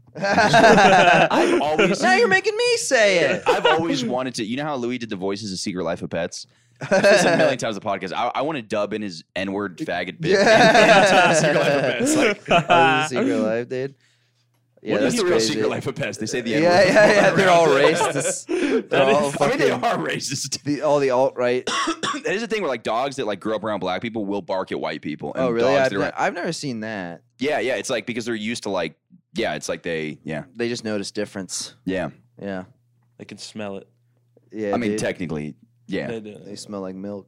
I've always- now you're making me say it. I've always wanted to. You know how Louis did the voices of Secret Life of Pets? I've said this a million times on the podcast. I, I want to dub in his N word faggot bit. Yeah. Secret Life of Pets. Like, Oh, this is Secret Life, dude. Yeah, what is that's the real crazy. Secret Life of Pets? They say the Yeah, N yeah, word. yeah. They're all racist. They're all I mean, they fucking. are racist. The, all the alt right. that is the thing where like dogs that like grow up around black people will bark at white people. And Oh, really? Dogs I've, that are ne- I've never seen that. yeah, yeah. It's like because they're used to like, yeah, it's like they, yeah, They just notice difference. yeah. Yeah, I can smell it. yeah. I mean, dude. technically, yeah, They do. they smell like milk.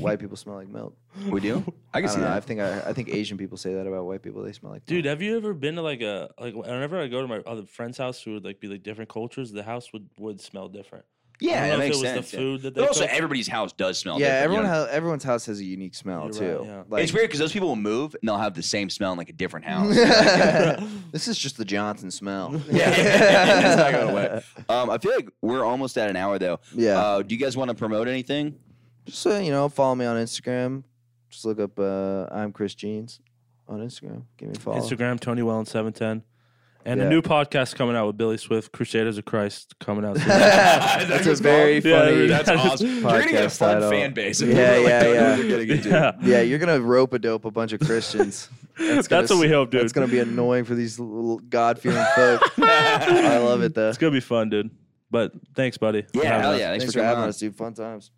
White people smell like milk. we do. I I can don't see know. I that. think I, I think Asian people say that about white people. They smell like Dude, Milk. have you ever been to like a like whenever I go to my other friend's house who would like be like different cultures, the house would would smell different. Yeah, I that don't know if makes it was sense. the yeah. food that they But also, cooked. everybody's house does smell. yeah, different, you everyone know? ha- everyone's house has a unique smell You're too. right, yeah. Like it's weird because those people will move and they'll have the same smell in like a different house. this is just the Johnson smell. yeah, it's not going away. Um, I feel like we're almost at an hour though. Yeah. Uh, do you guys want to promote anything? just uh, you know, follow me on Instagram. Just look up uh, I'm Chris Jeans on Instagram. Give me a follow. Instagram, Tony Wellen seven ten. And Yeah. a new podcast coming out with Billy Swift, Crusaders of Christ, coming out. Soon. That's a very Yeah, funny. that's awesome. You're gonna get a podcast fun title. fan base. Yeah, yeah, yeah. You're gonna get yeah. yeah, you're gonna rope a dope a bunch of Christians. That's, gonna what s- we hope, dude. That's gonna be annoying for these little God fearing folk. I love it though. It's gonna be fun, dude. But thanks, buddy. for Yeah, having hell us. yeah. Thanks, Thanks for for having coming on. us, dude. Fun times.